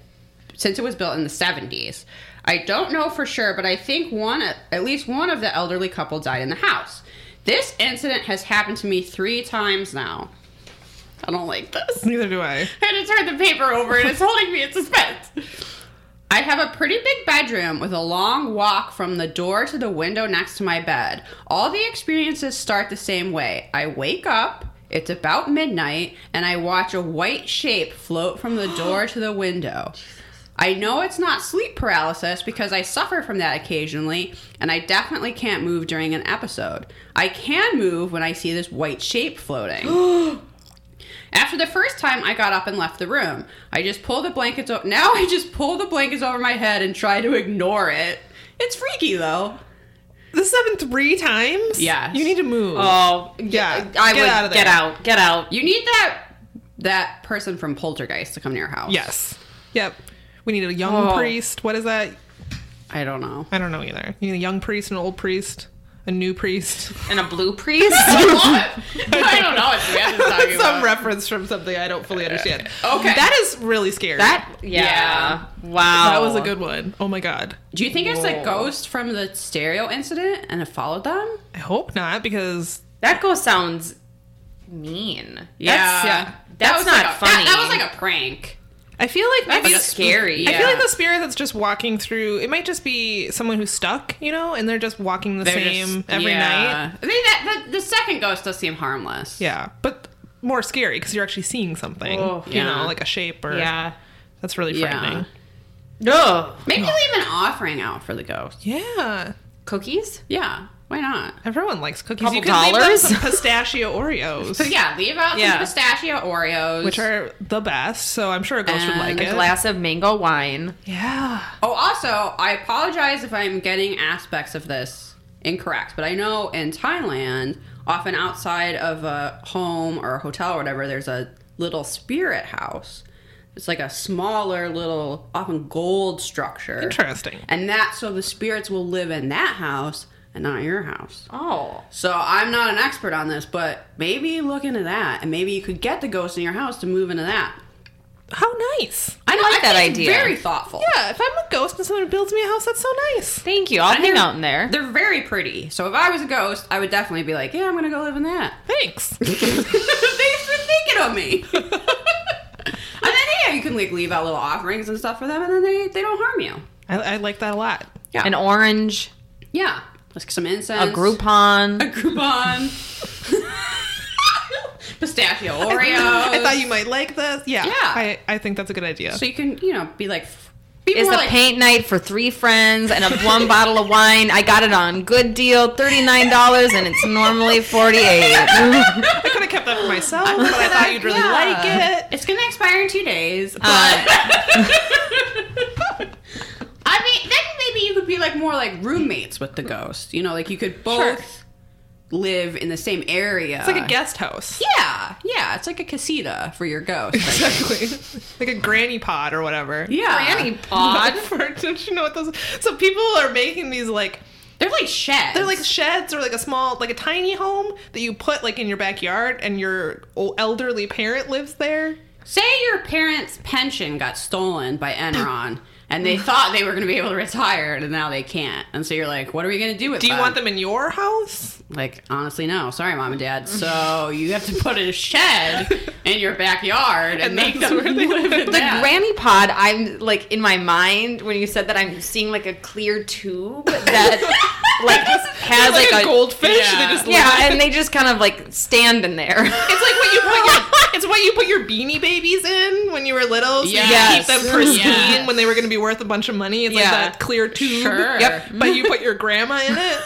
B: since it was built in the 70s. I don't know for sure, but I think one, at least one of the elderly couple died in the house. This incident has happened to me three times now. I don't like this.
A: Neither do I.
B: I had to turn the paper over and it's holding me in suspense. I have a pretty big bedroom with a long walk from the door to the window next to my bed. All the experiences start the same way. I wake up, it's about midnight, and I watch a white shape float from the door to the window. I know it's not sleep paralysis because I suffer from that occasionally, and I definitely can't move during an episode. I can move when I see this white shape floating. After the first time, I got up and left the room. I just pull the blankets over. Now I just pull the blankets over my head and try to ignore it. It's freaky though.
A: This happened three times.
B: Yes.
A: You need to move.
C: Oh
A: Yeah,
C: I
A: get
C: would
A: out of
C: get
A: there.
C: out. Get out.
B: You need that that person from Poltergeist to come to your house.
A: yes. Yep. We need a young
C: Oh.
A: priest. What is that?
B: I don't know.
A: I don't know either. You need a young priest, an old priest, a new priest.
C: And a blue priest.
B: I don't know what Samantha's talking
A: Some
B: about.
A: reference from something I don't fully understand.
B: Okay.
A: That is really scary.
C: that yeah.
B: Yeah.
C: Wow.
A: That was a good one. Oh my god.
B: Do you think it's a
C: Whoa.
B: ghost from the stereo incident and it followed them?
A: I hope not because
C: That ghost sounds mean.
B: Yeah.
C: That's, that's
B: was
C: not
B: like a- That,
C: funny.
B: that was like a prank.
A: I feel like maybe
C: That's scary.
A: I feel like
B: yeah.
A: the spirit that's just walking through. It might just be someone who's stuck, you know, and they're just walking the
B: They're
A: same
B: just-
A: every night.
B: yeah. I mean, that, the, the second ghost does seem harmless.
A: Yeah, but more scary because you're actually seeing something.
C: Oh,
A: you
B: yeah.
A: know, like a shape or
C: yeah.
A: That's really
B: Yeah.
A: frightening.
C: No.
B: Maybe leave an offering out for the ghost.
A: Yeah.
C: Cookies?
B: Yeah, why not?
A: Everyone likes cookies.
C: Couple
A: you can leave them
C: dollars?
A: some pistachio Oreos.
B: So yeah, leave out
C: Yeah.
B: some pistachio Oreos.
A: Which are the best, so I'm sure a ghost would
B: And
A: like
C: A
A: it.
C: glass of mango wine.
A: Yeah.
B: oh, also, I apologize if I'm getting aspects of this incorrect, but I know in Thailand, often outside of a home or a hotel or whatever, there's a little spirit house. It's like a smaller little, often gold structure,
A: Interesting.
B: and that's so the spirits will live in that house and not your house.
C: Oh.
B: So I'm not an expert on this, but maybe look into that, and maybe you could get the ghost in your house to move into that.
A: How nice.
B: I know,
C: like that
B: think it's
C: idea.
B: Very thoughtful.
A: Yeah, if I'm a ghost and someone builds me a house, that's so nice.
C: Thank you. I'll hang out in there.
B: They're very pretty. So if I was a ghost, I would definitely be like, "Yeah, I'm gonna go live in that."
A: Thanks.
B: Thanks for thinking of me. and then yeah, you can like leave out little offerings and stuff for them, and then they they don't harm you.
A: I, I like that a lot.
B: Yeah,
C: An orange,
B: yeah, like some incense,
C: a Groupon.
B: a Groupon, pistachio Oreos.
A: I thought you might like this. Yeah.
B: Yeah.
A: I, I think that's a good idea.
B: So you can you know be like. f- Be
C: Is
B: more
C: a
B: like,
C: paint night for three friends and a one bottle of wine. I got it on good deal, thirty nine dollars, and it's normally forty eight.
A: I could have kept that for myself, but I thought you'd really
B: Yeah.
A: like it.
B: It's gonna expire in two days. But
C: Uh.
B: I mean, then maybe you could be like more like roommates with the ghost. You know, like you could both live in the same area.
A: It's like a guest house.
B: Yeah, yeah. It's like a casita for your ghost. I guess.
A: Exactly. like a granny pod or whatever.
B: Yeah.
C: Granny pod.
A: For, don't you know what those? So people are making these like
B: They're like sheds.
A: they're like sheds or like a small like a tiny home that you put like in your backyard and your o- elderly parent lives there.
B: Say your parents' pension got stolen by Enron and they thought they were going to be able to retire and now they can't. And so you're like, what are we going to do with
A: Do you
B: them?
A: want them in your house?
B: Like, honestly, no. Sorry, mom and dad. So you have to put a shed in your backyard and,
A: And
B: make
A: that's
B: them
A: where they
B: live in
A: live.
C: The
B: that.
C: granny pod, I'm like in my mind when you said that, I'm seeing like a clear tube that like has
A: They're
C: like,
A: a, goldfish.
B: yeah.
A: They just live-
C: Yeah, and they just kind of like stand in there.
A: It's like what you put your it's what you put your beanie babies in when you were little. So you keep
B: Yes.
A: them pristine
B: Yes.
A: when they were going to be worth a bunch of money. It's
C: Yeah.
A: like that clear tube.
B: Sure.
C: Yep.
A: But you put your grandma in it.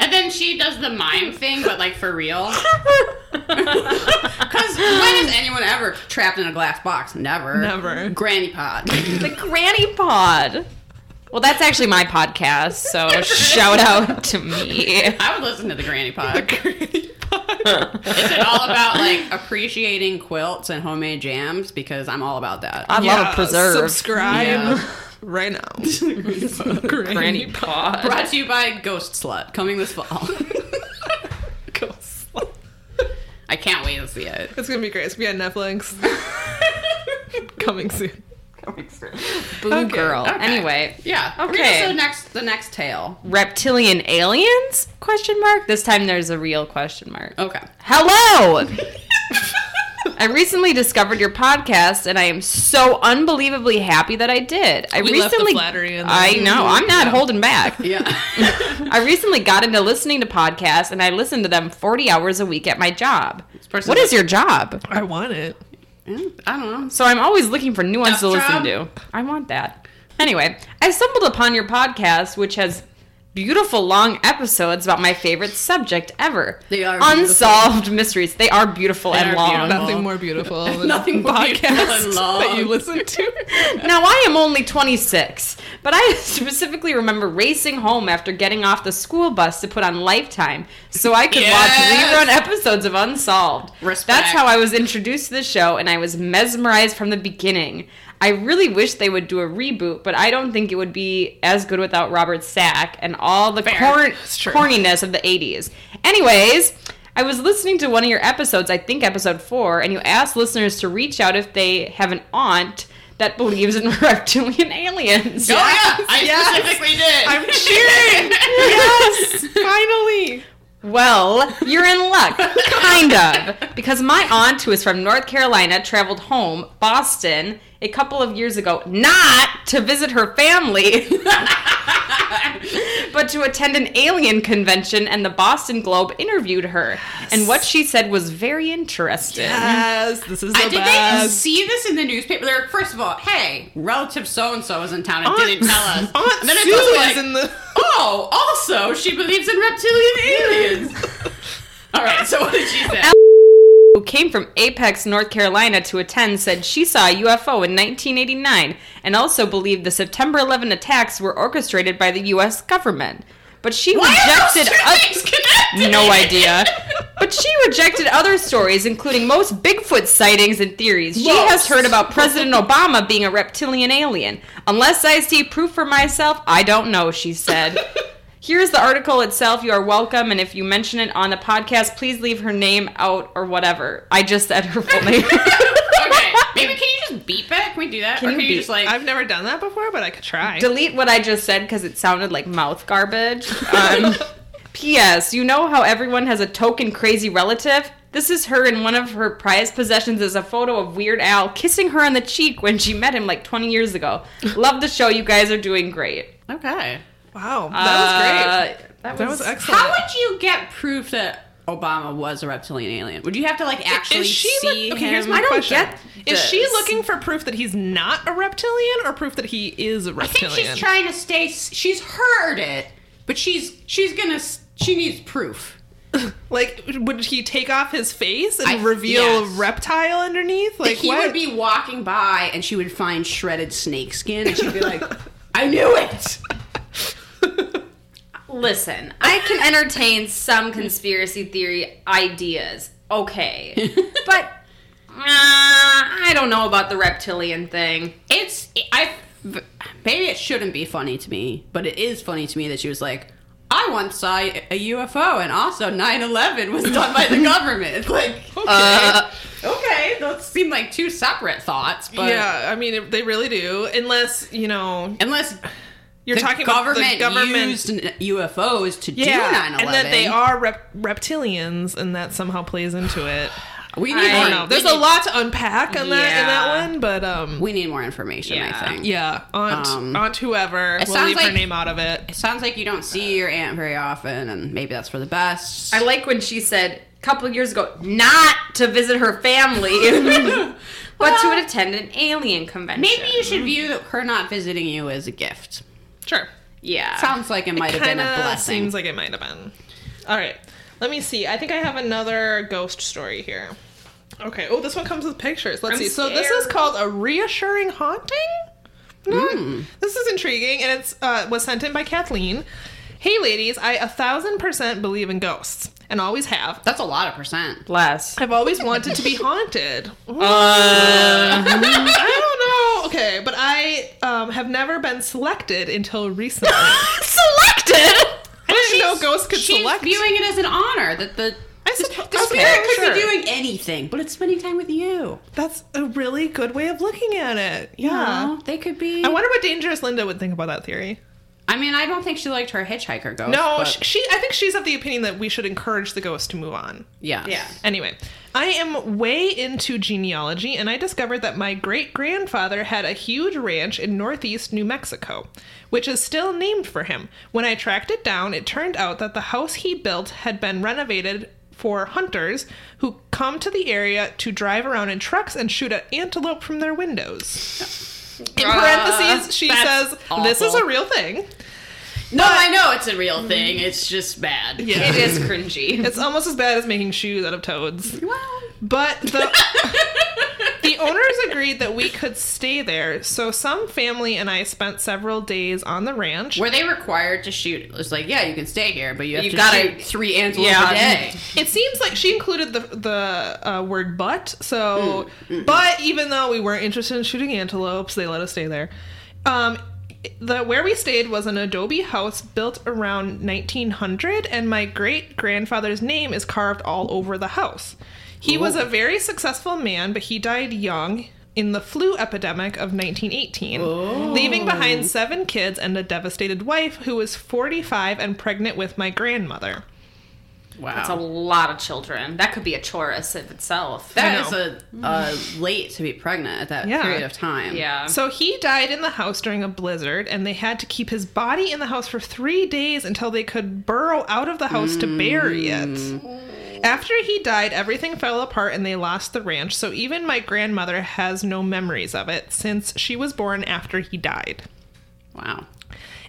B: And then she does the mime thing, but like for real. Because when is anyone ever trapped in a glass box? Never.
A: Never.
B: Granny pod.
C: the granny pod. Well, that's actually my podcast, so shout out to me.
B: I would listen to the granny pod.
A: Granny pod.
B: Is it all about like appreciating quilts and homemade jams? Because I'm all about that.
C: I love a
A: Yeah,
C: preserve.
A: Subscribe
B: Yeah.
A: right now. Granny,
C: Granny pod.
B: Brought to you by Ghost Slut, coming this fall.
A: Go slow.
B: I can't wait to see it.
A: It's gonna be great. It's gonna be on Netflix. Coming soon.
C: Boo
A: Okay,
C: girl.
B: okay.
C: Anyway,
B: Yeah. Okay.
C: Okay.
B: the next the next tale.
C: reptilian aliens? Question mark. This time there's a real question mark.
B: Okay.
C: Hello. I recently discovered your podcast, and I am so unbelievably happy that I did. I
A: We left the
C: recently
A: flattery in there.
C: I know I'm not holding back.
B: Yeah.
C: I recently got into listening to podcasts, and I listen to them 40 hours a week at my job.
B: person-
C: What is your job?
A: I want it.
B: Yeah, I don't know.
C: So I'm always looking for new ones
B: Tough
C: to listen
B: job.
C: to. I want that. Anyway, I stumbled upon your podcast, which has beautiful long episodes about my favorite subject ever.
B: They are beautiful.
C: unsolved mysteries. They are beautiful
B: They
C: and
B: are
C: long.
B: beautiful.
A: Nothing more beautiful than
B: Nothing more
A: podcasts
B: beautiful than love.
A: that you listen to.
C: Now I am only 26, but I specifically remember racing home after getting off the school bus to put on Lifetime so I could
B: Yes.
C: watch rerun episodes of Unsolved.
B: Respect.
C: That's how I was introduced to the show and I was mesmerized from the beginning. I really wish they would do a reboot, but I don't think it would be as good without Robert Sack and all the corn-
A: That's true.
C: corniness of the 80s. Anyways, I was listening to one of your episodes, I think episode four, and you asked listeners to reach out if they have an aunt that believes in reptilian aliens.
B: Oh yeah, I
A: yes.
B: specifically did.
A: I'm cheering. yes, finally.
C: Well, you're in luck, kind of, because my aunt, who is from North Carolina, traveled home, Boston, a couple of years ago, not to visit her family, but to attend an alien convention, and the Boston Globe interviewed her, and what she said was very interesting.
A: Yes, this is the
B: I- did they
A: best.
B: see this in the newspaper? They're, first of all, hey, relative so and so is in town and didn't tell us.
A: Aunt
B: and then it's
A: Sue
B: also
A: is
B: like,
A: in the.
B: oh, also she believes in reptilian aliens. all right, so what did she say?
C: who came from Apex, North Carolina to attend said she saw a UFO in 1989 and also believed the September 11 attacks were orchestrated by the US government. But she
B: Why are those
C: rejected
B: two
C: oth-
B: things connected?
C: no idea. But she rejected other stories, including most Bigfoot sightings and theories. She has
B: Most.
C: heard about President Obama being a reptilian alien. Unless I see proof for myself, I don't know, she said. Here's the article itself. You are welcome, and if you mention it on the podcast, please leave her name out or whatever. I just said her full name.
B: okay, maybe can you just beep it? Can we do that?
C: Can
B: or
C: you
B: can you
C: beep-
B: just like?
A: I've never done that before, but I could try.
C: Delete what I just said because it sounded like mouth garbage. Um, P.S. You know how everyone has a token crazy relative? This is her, and one of her prized possessions is a photo of Weird Al kissing her on the cheek when she met him like 20 years ago. Love the show. You guys are doing great. Uh,
B: okay,
A: wow, that was great.
C: was great. That was,
A: That was excellent.
B: Uh, how would you get proof that Obama was a reptilian alien? Would you have to like actually
A: is she look-
B: see
A: okay?
B: him?
A: Here's my
C: I don't
A: question:
C: get
A: Is she
C: this.
A: looking for proof that he's not a reptilian, or proof that he is a
B: I think
A: reptilian?
B: she's trying to stay. She's heard it, but she's she's gonna. She needs proof.
A: Like, would he take off his face and
B: I-
A: reveal
B: yes.
A: a reptile underneath? Like,
B: he
A: what?
B: would be walking by, and she would find shredded snake skin, and she'd be like, "I knew it."
C: listen, I can entertain some conspiracy theory ideas. Okay. but uh, I don't know about the reptilian thing.
B: It's I maybe it shouldn't be funny to me, but it is funny to me that she was like, I once saw a UFO, and also 9/11 was done by the government. It's like, okay,
C: Uh.
B: okay, those seem like two separate thoughts, but
A: yeah, I mean, it, they really do. Unless, you know,
B: unless
A: you're
B: the
A: talking
B: government,
A: about the government.
B: used n- UFOs to
A: yeah,
B: do 9/11,
A: and that they are rep- reptilians, and that somehow plays into it.
B: we
C: I
B: need
A: I
B: more.
A: don't know. There's a lot to unpack on that in
C: Yeah.
A: that one, but um,
B: We need more information. I
C: Yeah.
B: think.
A: yeah, aunt,
B: Um,
A: aunt, whoever, we'll
B: sounds
A: leave her
B: like-
A: name out of it.
B: It sounds like you don't see your aunt very often, and maybe that's for the best.
C: I like when she said a couple years ago not to visit her family, but to attend an alien convention.
B: Maybe you
A: Mm.
B: should view her not visiting you as a gift.
A: Sure.
C: Yeah.
B: Sounds like it might have been
A: Kind
B: a
A: of
B: blessing.
A: seems like it might have been. All right, let me see. I think I have another ghost story here. Okay. Oh, this one comes with pictures. Let's
C: I'm
A: see. So this is
C: scared.
A: called a reassuring haunting. No,
B: Hmm.
A: This is intriguing, and it's uh, was sent in by Kathleen. Hey, ladies, I a thousand percent believe in ghosts, and always have.
B: That's a lot of percent.
C: Bless.
A: I've always wanted to be haunted.
B: Um.
A: Ooh.
C: Uh,
A: I don't know. Okay, but I um, have never been selected until recently. I
C: selected.
A: didn't know ghosts could
B: She's
A: select.
B: viewing it as an honor that the
A: I
B: the,
A: suppo-
B: the
A: okay,
B: spirit could
A: sure.
B: be doing anything, but it's spending time with you.
A: That's a really good way of looking at it. Yeah.
B: Aw, they could be.
A: I
B: I,
A: wonder what Dangerous Linda would think about that theory.
B: mean, I don't think she liked her hitchhiker ghost.
A: No,
B: but-
A: sh she. I think she's of the opinion that we should encourage the ghost to move on.
B: yeah,
C: Yeah.
A: Anyway, I am way into genealogy, and I discovered that my great grandfather had a huge ranch in northeast New Mexico, which is still named for him. When I tracked it down, it turned out that the house he built had been renovated for hunters who come to the area to drive around in trucks and shoot at antelope from their windows. In parentheses, she
B: that's
A: says, This is a
B: awful.
A: real thing.
B: No, I know it's a real thing. It's just bad.
A: Mm. Yeah.
C: It is cringy.
A: It's almost as bad as making shoes out of toads.
B: Well,
A: But the the owners agreed that we could stay there, so some family and I spent several days on the ranch.
B: were they required to shoot? It's like, yeah, you can stay here, but you have
C: You
B: to
C: gotta-
B: shoot three antelope
C: Yeah.
B: a day.
A: It seems like she included the the uh, word "but," so but even though we weren't interested in shooting antelopes, they let us stay there. Um, the where we stayed was an adobe house built around 1900, and my great grandfather's name is carved all over the house. He was a very successful man, but he died young in the flu epidemic of 1918, leaving behind seven kids and a devastated wife who was 45 and pregnant with my grandmother.
B: Wow,
C: It's a lot of children. That could be a chorus of itself.
A: I
B: that is a, a late to be pregnant at that
A: Yeah.
B: period of time.
C: yeah.
A: So he died in the house during a blizzard, and they had to keep his body in the house for three days until they could burrow out of the house to bury it. After he died, everything fell apart and they lost the ranch, so even my grandmother has no memories of it since she was born after he died.
B: Wow.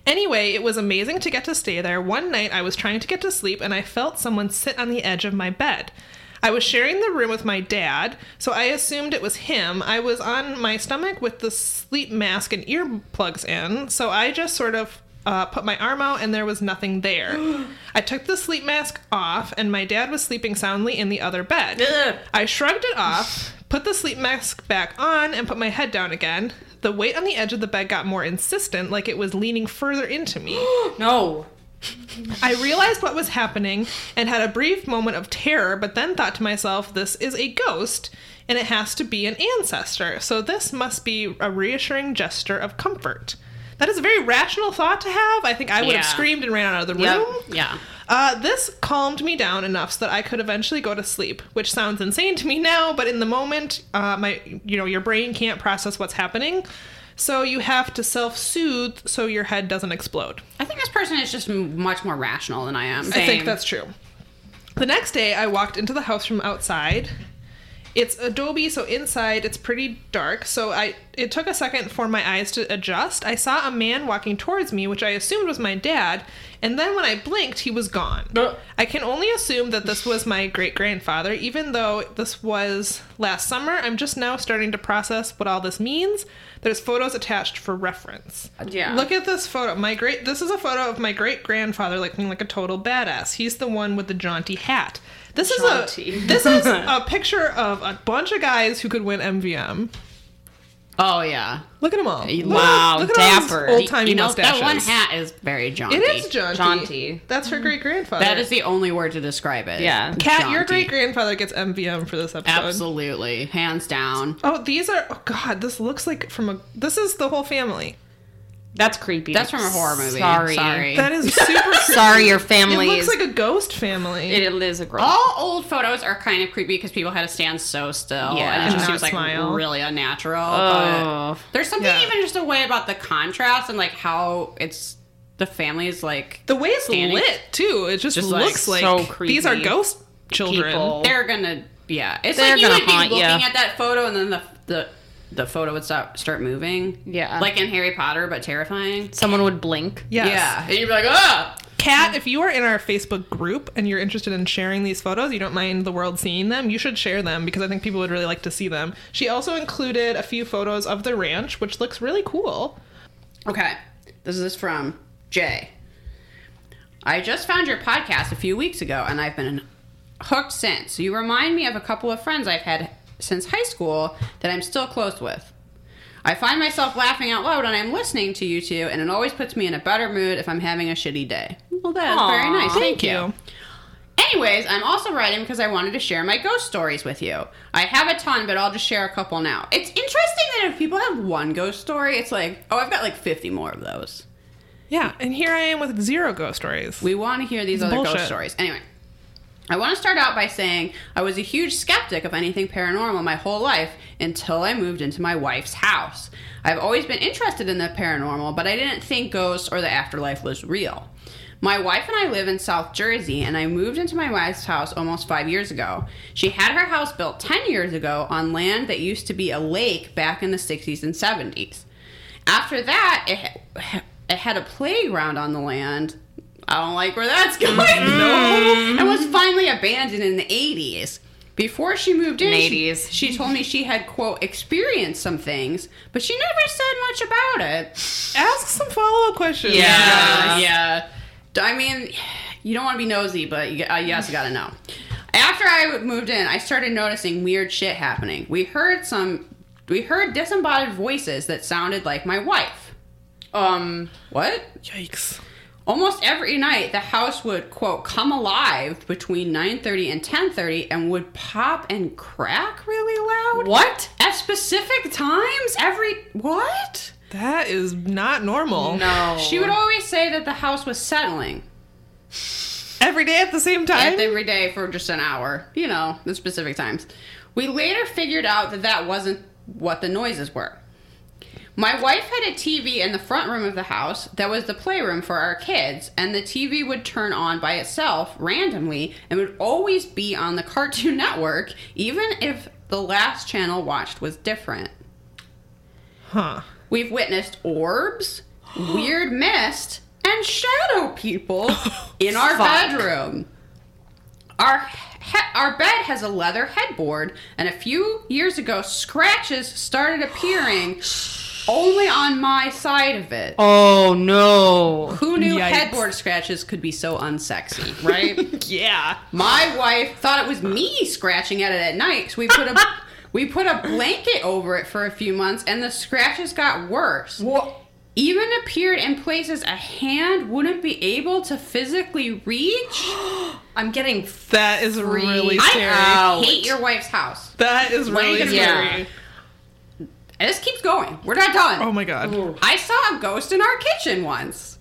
A: Anyway, it was amazing to get to stay there. One night I was trying to get to sleep and I felt someone sit on the edge of my bed. I was sharing the room with my dad, so I assumed it was him. I was on my stomach with the sleep mask and earplugs in, so I just sort of uh, put my arm out and there was nothing there. I took the sleep mask off and my dad was sleeping soundly in the other bed.
C: Ugh.
A: I shrugged it off, put the sleep mask back on, and put my head down again. The weight on the edge of the bed got more insistent, like it was leaning further into me.
C: no.
A: I realized what was happening and had a brief moment of terror, but then thought to myself, this is a ghost and it has to be an ancestor, so this must be a reassuring gesture of comfort. That is a very rational thought to have. I think I would
B: Yeah.
A: have screamed and ran out of the
C: Yep.
A: room.
B: Yeah.
A: Uh, this calmed me down enough so that I could eventually go to sleep, which sounds insane to me now, but in the moment, uh, my you know your brain can't process what's happening, so you have to self-soothe so your head doesn't explode.
B: I think this person is just m- much more rational than I am.
A: I think
C: Same.
A: that's true. The next day, I walked into the house from outside, It's Adobe, so inside it's pretty dark. So I it took a second for my eyes to adjust. I saw a man walking towards me, which I assumed was my dad, and then when I blinked, he was gone. I can only assume that this was my great grandfather, even though this was last summer. I'm just now starting to process what all this means. There's photos attached for reference.
B: Yeah.
A: Look at this photo. My great this is a photo of my great grandfather looking like a total badass. He's the one with the jaunty hat. This
B: Jaunty.
A: is a this is a picture of a bunch of guys who could win MVM.
B: Oh yeah.
A: Look at them all.
C: Wow, dapper.
A: Old timey
B: you know
A: mustaches.
B: that one hat is very jaunty.
A: It is jaunty.
C: Jaunty.
A: That's her great grandfather.
B: That is the only word to describe it.
C: Yeah.
A: Cat. Your
B: Jaunty.
A: great grandfather gets MVM for this episode.
B: Absolutely, hands down.
A: Oh, these are. Oh God, this looks like from a. This is the whole family.
C: That's creepy.
B: That's from a horror movie.
C: Sorry.
B: Sorry.
A: That is super.
C: Sorry, your
A: creepy. It
C: family
A: looks
C: is.
A: like a ghost family.
C: it is a girl.
B: All old photos are kind of creepy because people had to stand so still. and
C: Yeah.
B: it
A: And
B: just
A: not
B: seems like
A: smile.
B: really unnatural.
C: Oh.
B: But there's something
A: Yeah.
B: even just a way about the contrast and like how it's the family is like
A: the way it's
B: Standing.
A: lit too. It just,
C: Just, like,
A: looks like,
C: so
A: these are
C: creepy.
A: ghost children.
C: People.
B: they're gonna yeah. It's
C: They're
B: like you
C: gonna
B: would be
C: haunt
B: looking
C: ya.
B: at that photo and then the the the photo would stop start moving.
C: Yeah.
B: Like in Harry Potter, but terrifying.
C: Someone would blink.
A: Yes.
B: Yeah. And you'd be like, ah
A: Kat, if you are in our Facebook group and you're interested in sharing these photos, you don't mind the world seeing them, you should share them because I think people would really like to see them. She also included a few photos of the ranch, which looks really cool.
B: Okay. This is from Jay. I just found your podcast a few weeks ago and I've been hooked since. You remind me of a couple of friends I've had since high school that I'm still close with. I find myself laughing out loud when I'm listening to you two, and it always puts me in a better mood if I'm having a shitty day. Well, that's
C: Aw,
B: very nice. Thank,
A: thank you.
B: you. Anyways, I'm also writing because I wanted to share my ghost stories with you. I have a ton, but I'll just share a couple now. It's interesting that if people have one ghost story, it's like, oh, I've got like 50 more of those.
A: Yeah, and here I am with zero ghost stories.
B: We want to hear these other
A: bullshit.
B: ghost stories. Anyway, I want to start out by saying I was a huge skeptic of anything paranormal my whole life until I moved into my wife's house. I've always been interested in the paranormal, but I didn't think ghosts or the afterlife was real. My wife and I live in South Jersey, and I moved into my wife's house almost five years ago. She had her house built 10 years ago on land that used to be a lake back in the 60s and 70s. After that, it, ha- it had a playground on the land. I don't like where that's going. And was finally abandoned in the 80s. Before she moved in, she-
C: 80s.
B: She, told me she had, quote, experienced some things, but she never said much about it.
A: Ask some follow up questions.
C: Yeah.
B: Yeah. I mean, you don't want to be nosy, but you, uh, you also got to know. After I moved in, I started noticing weird shit happening. We heard some, we heard disembodied voices that sounded like my wife.
C: Um.
B: What?
A: Yikes.
B: Almost every night, the house would quote come alive between 9:30 and 10:30, and would pop and crack really loud.
C: What?
B: at specific times? Every what?
A: That is not normal.
C: No.
B: She would always say that the house was settling
A: Every day at the same time?
B: at every day for just an hour. You know the specific times. We later figured out that that wasn't what the noises were. My wife had a TV in the front room of the house that was the playroom for our kids, and the TV would turn on by itself randomly and would always be on the Cartoon Network, even if the last channel watched was different.
A: huh.
B: We've witnessed orbs, weird mist, and shadow people in our
C: Fuck.
B: bedroom. Our he- our bed has a leather headboard, and a few years ago, scratches started appearing only on my side of it.
C: Oh no.
B: Who knew
A: Yikes.
B: headboard scratches could be so unsexy, right?
A: Yeah.
B: My wife thought it was me scratching at it at night, so we put a we put a blanket over it for a few months, and the scratches got worse.
C: What?
B: Even appeared in places a hand wouldn't be able to physically reach.
C: I'm getting. F-
A: That is really
B: I
A: scary.
C: Out.
B: hate your wife's house.
A: that is
B: When are you
A: really
B: gonna
C: move?
A: scary.
B: And this keeps going. We're not done.
A: Oh my god.
B: I saw a ghost in our kitchen once.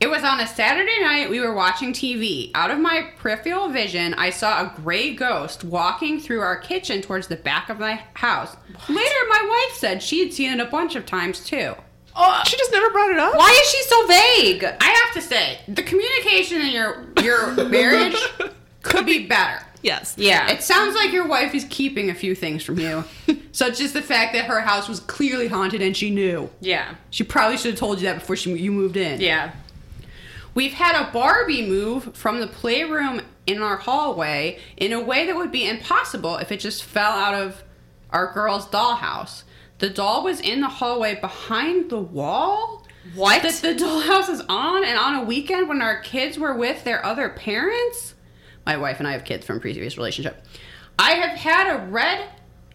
B: It was on a Saturday night. We were watching TV. Out of my peripheral vision, I saw a gray ghost walking through our kitchen towards the back of my house. Later, my wife said she had seen it a bunch of times too.
A: Oh, She just never brought it up.
C: Why is she so vague?
B: I have to say, the communication in your your marriage could be better.
A: Yes.
C: Yeah.
B: It sounds like your wife is keeping a few things from you, such as the fact that her house was clearly haunted and she knew.
C: yeah.
B: She probably should have told you that before she, you moved in.
C: Yeah.
B: We've had a Barbie move from the playroom in our hallway in a way that would be impossible if it just fell out of our girl's dollhouse. The doll was in the hallway behind the wall
C: What?
B: that the dollhouse is on, and on a weekend when our kids were with their other parents. My wife and I have kids from previous relationship. I have had a red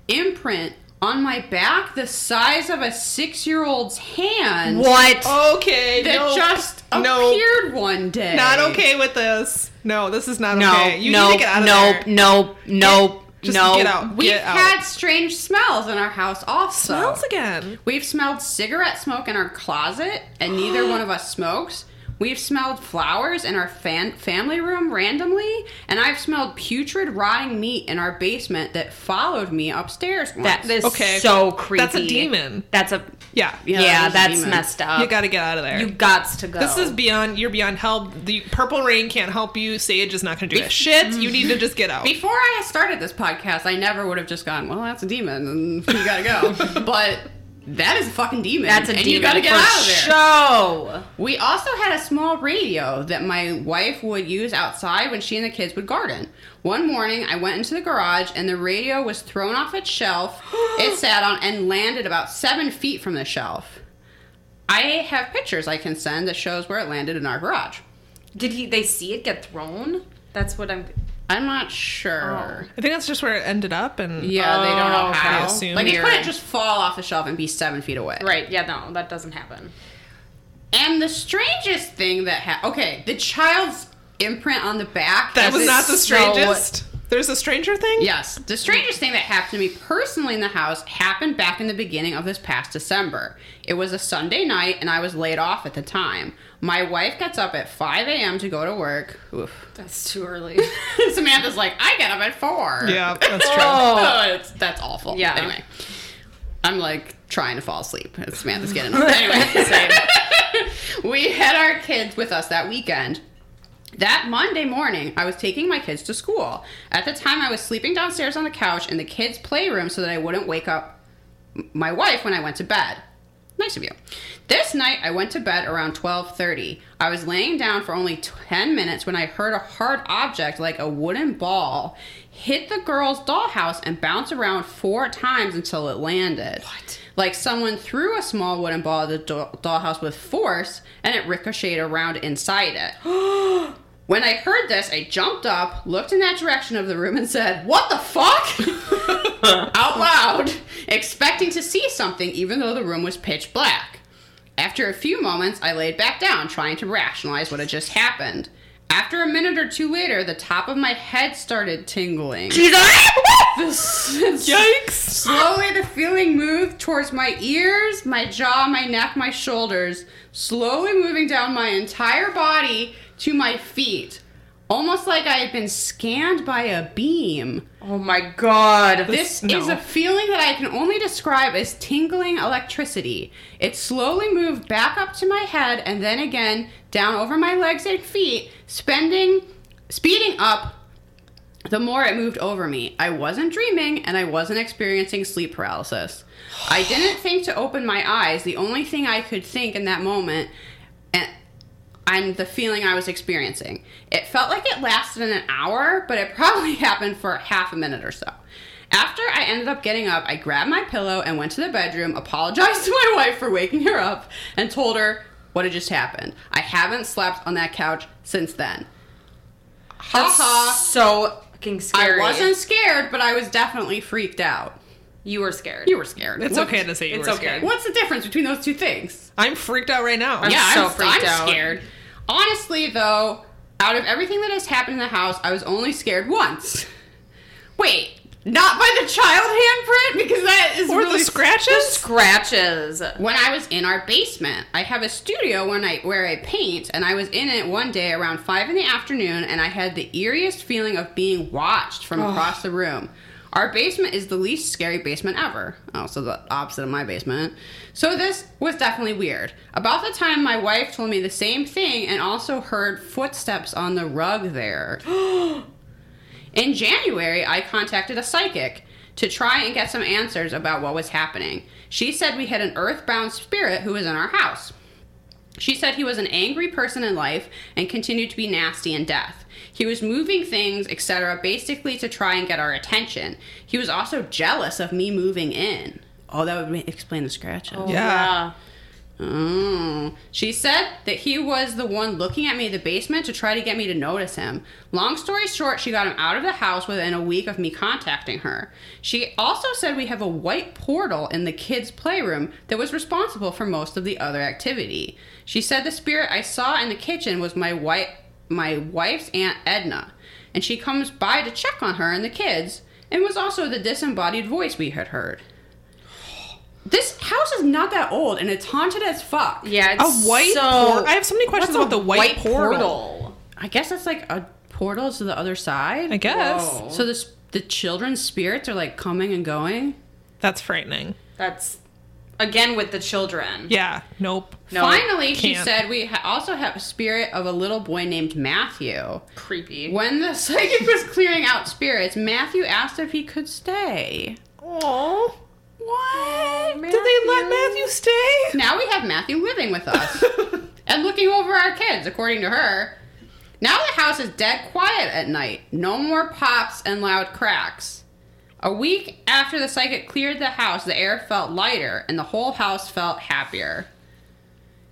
B: imprint on my back the size of a six-year-old's hand
C: what?
A: Okay.
B: that
A: nope.
B: just
A: Nope.
B: appeared one day.
A: Not okay with this. No, this is not
C: No.
A: okay. You
C: no.
A: need to get out of
C: no.
A: there.
C: No. No.
A: Just
C: no.
A: get out.
B: We've
A: Get out.
B: had strange smells in our house also.
A: Smells again.
B: We've smelled cigarette smoke in our closet, and neither one of us smokes. We've smelled flowers in our fan- family room randomly, and I've smelled putrid, rotting meat in our basement that followed me upstairs once.
C: That is
A: Okay.
C: so creepy.
A: That's a demon.
C: That's a.
A: Yeah.
C: Yeah.
B: Yeah, that is a
C: that's
B: demon.
C: messed up.
A: You got to get out of there.
C: You gots to go.
A: this is beyond. You're beyond help. The purple rain can't help you. Sage is not going to do that shit. You need to just get out.
B: Before I started this podcast, I never would have just gone, well, that's a demon, and you gotta go. but that is a fucking demon.
C: That's a
B: and
C: demon.
B: you gotta get
C: for
B: out of there.
C: Show.
B: We also had a small radio that my wife would use outside when she and the kids would garden. One morning, I went into the garage and the radio was thrown off its shelf it sat on and landed about seven feet from the shelf. I have pictures I can send that shows where it landed in our garage.
C: Did he? They see it get thrown. That's what I'm.
B: I'm not sure.
A: I think that's just where it ended up. And uh,
B: Yeah, they don't
C: Oh,
B: know
A: I
B: how.
A: assume.
B: Like, it
C: Weird.
B: couldn't just fall off the shelf and be seven feet away.
C: Right. Yeah. No, that doesn't happen.
B: And the strangest thing that happened. Okay, the child's imprint on the back.
A: that
B: is
A: was not the
B: so-
A: strangest. There's a stranger thing.
B: Yes. The strangest thing that happened to me personally in the house happened back in the beginning of this past December. It was a Sunday night and I was laid off at the time. My wife gets up at 5 a.m. to go to work. Oof.
C: That's too early.
B: Samantha's like, I get up at 4.
A: Yeah, that's true.
C: oh.
B: Oh, it's, that's awful.
C: Yeah.
B: Anyway, I'm like trying to fall asleep. as Samantha's getting up. Anyway, we had our kids with us that weekend. That Monday morning, I was taking my kids to school. At the time, I was sleeping downstairs on the couch in the kids' playroom so that I wouldn't wake up m- my wife when I went to bed. Nice of you. This night, I went to bed around 12:30. I was laying down for only 10 minutes when I heard a hard object like a wooden ball hit the girl's dollhouse and bounce around four times until it landed. What? Like someone threw a small wooden ball at the do- dollhouse with force and it ricocheted around inside it. When I heard this, I jumped up, looked in that direction of the room, and said, What the fuck? out loud, expecting to see something, even though the room was pitch black. After a few moments, I laid back down, trying to rationalize what had just happened. After a minute or two later, the top of my head started tingling.
A: Yikes.
B: Slowly, the feeling moved towards my ears, my jaw, my neck, my shoulders, slowly moving down my entire body to my feet. Almost like I had been scanned by a beam.
C: Oh my god.
B: This
A: no.
B: is a feeling that I can only describe as tingling electricity. It slowly moved back up to my head and then again down over my legs and feet, spending speeding up the more it moved over me. I wasn't dreaming and I wasn't experiencing sleep paralysis. I didn't think to open my eyes. The only thing I could think in that moment and and the feeling I was experiencing. It felt like it lasted an hour, but it probably happened for half a minute or so. After I ended up getting up, I grabbed my pillow and went to the bedroom, apologized to my wife for waking her up, and told her what had just happened. I haven't slept on that couch since then. Ha
C: That's
B: ha.
C: so fucking
B: I
C: scary.
B: wasn't scared, but I was definitely freaked out.
C: You were scared.
B: You were scared.
A: It's
B: What-
A: okay to say you
C: it's
A: were
C: okay.
A: scared.
B: What's the difference between those two things?
A: I'm freaked out right now.
C: Yeah.
B: I'm,
C: so freaked
B: I'm
C: out.
B: scared. Honestly, though, out of everything that has happened in the house, I was only scared once. Wait, not by the child handprint because that is
A: Or
B: really
A: the scratches?
C: Scratches.
B: when I was in our basement. I have a studio when I where I paint, and I was in it one day around five in the afternoon, and I had the eeriest feeling of being watched from across the room. Our basement is the least scary basement ever. Oh, so the opposite of my basement. So this was definitely weird. About the time my wife told me the same thing and also heard footsteps on the rug there. In January, I contacted a psychic to try and get some answers about what was happening. She said we had an earthbound spirit who was in our house. She said he was an angry person in life and continued to be nasty in death. He was moving things, etc., basically to try and get our attention. He was also jealous of me moving in. Oh, that would ma- explain the scratches.
C: Oh,
A: Yeah.
B: Oh. She said that he was the one looking at me in the basement to try to get me to notice him. Long story short, she got him out of the house within a week of me contacting her. She also said we have a white portal in the kids' playroom that was responsible for most of the other activity. She said the spirit I saw in the kitchen was my wife, my wife's aunt Edna, and she comes by to check on her and the kids, and was also the disembodied voice we had heard. This house is not that old, and it's haunted as fuck.
C: Yeah.
A: A
C: it's
A: white
C: so,
A: por- I have so many questions
C: what's
A: about
C: a
A: the white portal.
B: I guess that's like a portal to the other side.
A: I guess
C: Whoa.
B: So this the children's spirits are like coming and going.
A: that's frightening.
C: That's again with the children.
A: Yeah. Nope.
C: No,
B: Finally, she
A: can't.
B: said we ha- also have a spirit of a little boy named Matthew.
C: Creepy.
B: When the psychic was clearing out spirits, Matthew asked if he could stay.
A: Aww.
B: What?
A: Did they let Matthew stay?
B: Now we have Matthew living with us and looking over our kids, according to her. Now the house is dead quiet at night. No more pops and loud cracks. A week after the psychic cleared the house, the air felt lighter and the whole house felt happier.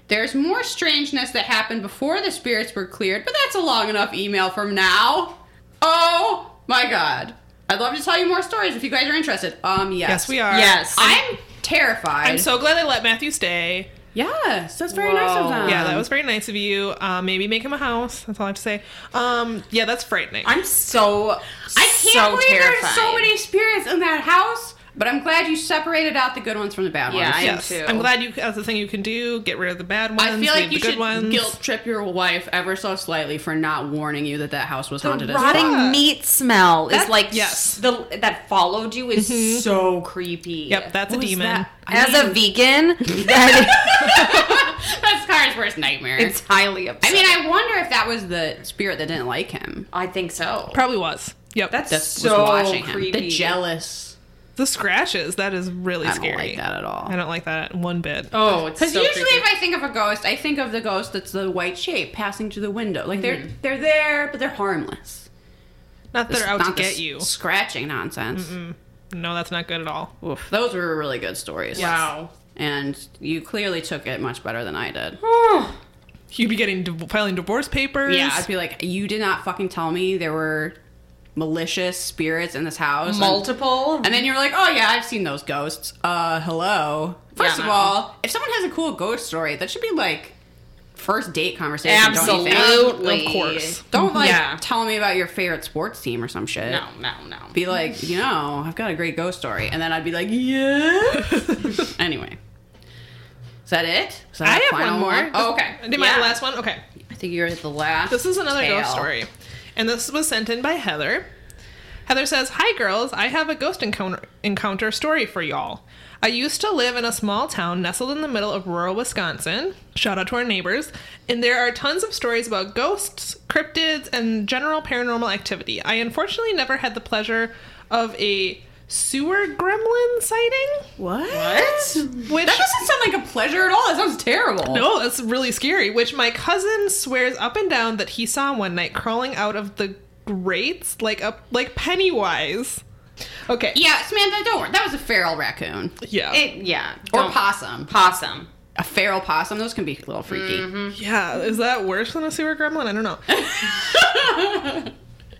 B: There's more strangeness that happened before the spirits were cleared, but that's a long enough email from now. Oh my god. I'd love to tell you more stories if you guys are interested. Um, yes.
A: Yes, we are.
C: Yes.
B: I'm terrified.
A: I'm so glad they let Matthew stay.
B: Yes, that's very nice
C: Whoa.
B: of them.
A: Yeah, that was very nice of you. Uh, maybe make him a house. That's all I have to say. Um, yeah, that's frightening.
C: I'm so.
B: I can't
C: so
B: believe
C: terrified.
B: there's so many spirits in that house. But I'm glad you separated out the good ones from the bad
C: Yeah,
B: ones.
C: I-
A: yes,
C: too.
A: I'm glad you. That's the thing you can do. Get rid of the bad ones.
B: I feel
A: leave
B: like
A: the
B: you
A: good
B: should
A: ones.
B: guilt trip your wife ever so slightly for not warning you that that house was haunted as
C: rotting
B: fuck.
A: fuck.
C: meat smell is
B: That's-
C: like
A: yes.
C: the that followed you is so creepy.
A: Yep, that's
B: What
A: a
B: was
A: demon.
B: that? I
C: As a
B: mean,
C: vegan, that
B: that's Kara's worst nightmare.
C: is, it's highly upsetting.
B: I mean, I wonder if that was the spirit that didn't like him.
C: I think so.
A: Probably was. Yep.
C: That's
B: That
C: so
B: was watching
C: creepy.
B: him. The jealous.
A: the scratches. That is really
B: I don't
A: scary.
B: like that at all.
A: I don't like that one bit.
C: Oh, it's
B: Because
C: so
B: usually,
C: creepy.
B: if I think of a ghost, I think of the ghost that's the white shape passing through the window. Like they're they're there, but they're harmless.
A: Not that they're out to
B: Not the
A: get
B: s-
A: you.
B: Scratching nonsense.
A: No, that's not good at all.
B: Oof, those were really good stories.
C: wow.
B: And you clearly took it much better than I did.
A: You'd be getting div- filing divorce papers.
B: Yeah, I'd be like, you did not fucking tell me there were malicious spirits in this house.
C: Multiple.
B: And, and then you were like, oh yeah, I've seen those ghosts. Uh, hello. First
C: Yeah,
B: of
C: no.
B: all, if someone has a cool ghost story, that should be like first date conversation. Don't you think?
C: Absolutely.
A: Of course.
B: Don't like
C: Yeah.
B: tell me about your favorite sports team or some shit.
C: No, no, no.
B: Be like, you know, I've got a great ghost story, and then I'd be like, yeah. anyway, is that it? Is that
A: I
B: our
A: have one
B: final
A: more.
B: Oh, okay.
A: Did my
C: Yeah.
A: last one? Okay.
B: I think you're the last.
A: This is another
B: tale.
A: ghost story. And this was sent in by Heather. Heather says, Hi, girls. I have a ghost encounter, encounter story for y'all. I used to live in a small town nestled in the middle of rural Wisconsin. Shout out to our neighbors. And there are tons of stories about ghosts, cryptids, and general paranormal activity. I unfortunately never had the pleasure of a sewer gremlin sighting.
B: What?
A: Which-
B: that doesn't sound like a pleasure at all. That sounds terrible.
A: No, Oh, that's really scary. Which my cousin swears up and down that he saw one night crawling out of the grates like a like Pennywise. Okay.
B: Yeah, Samantha, don't worry. That was a feral raccoon
A: Yeah.
C: It, yeah.
B: or
C: Don't-
B: possum.
C: Possum.
B: A feral possum. Those can be a little freaky.
A: Mm-hmm. yeah. Is that worse than a sewer gremlin? I don't know.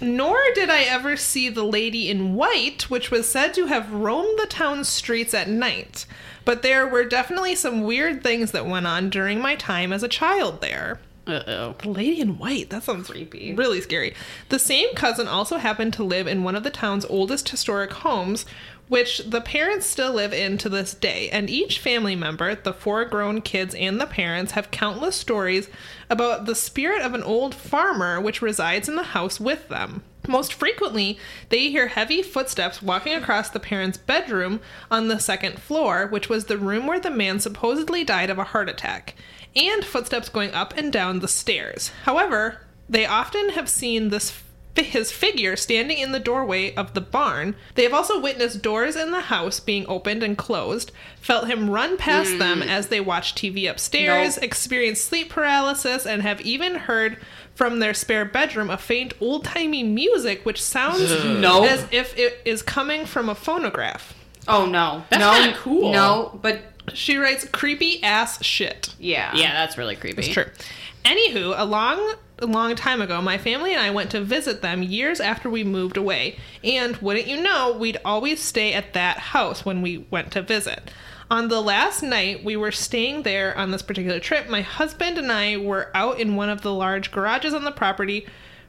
A: Nor did I ever see the lady in white, which was said to have roamed the town streets at night. But there were definitely some weird things that went on during my time as a child there.
B: Uh oh.
A: The lady in white. That sounds
C: Creepy.
A: Really scary. The same cousin also happened to live in one of the town's oldest historic homes, which the parents still live in to this day. And each family member, the four grown kids and the parents, have countless stories about the spirit of an old farmer which resides in the house with them. Most frequently, they hear heavy footsteps walking across the parents' bedroom on the second floor, which was the room where the man supposedly died of a heart attack, and footsteps going up and down the stairs. However, they often have seen this fi- his figure standing in the doorway of the barn. They have also witnessed doors in the house being opened and closed, felt him run past them as they watch TV upstairs,
C: Hmm. Nope.
A: experienced sleep paralysis, and have even heard from their spare bedroom a faint old timey music which sounds
C: Nope.
A: as if it is coming from a phonograph.
C: Oh no,
B: That's
C: no,
B: kinda cool.
C: No, but
A: She writes creepy ass shit.
C: yeah,
B: Yeah, that's really creepy.
A: It's true. Anywho, a long, a long time ago, my family and I went to visit them years after we moved away. And wouldn't you know, we'd always stay at that house when we went to visit. On the last night we were staying there on this particular trip, my husband and I were out in one of the large garages on the property,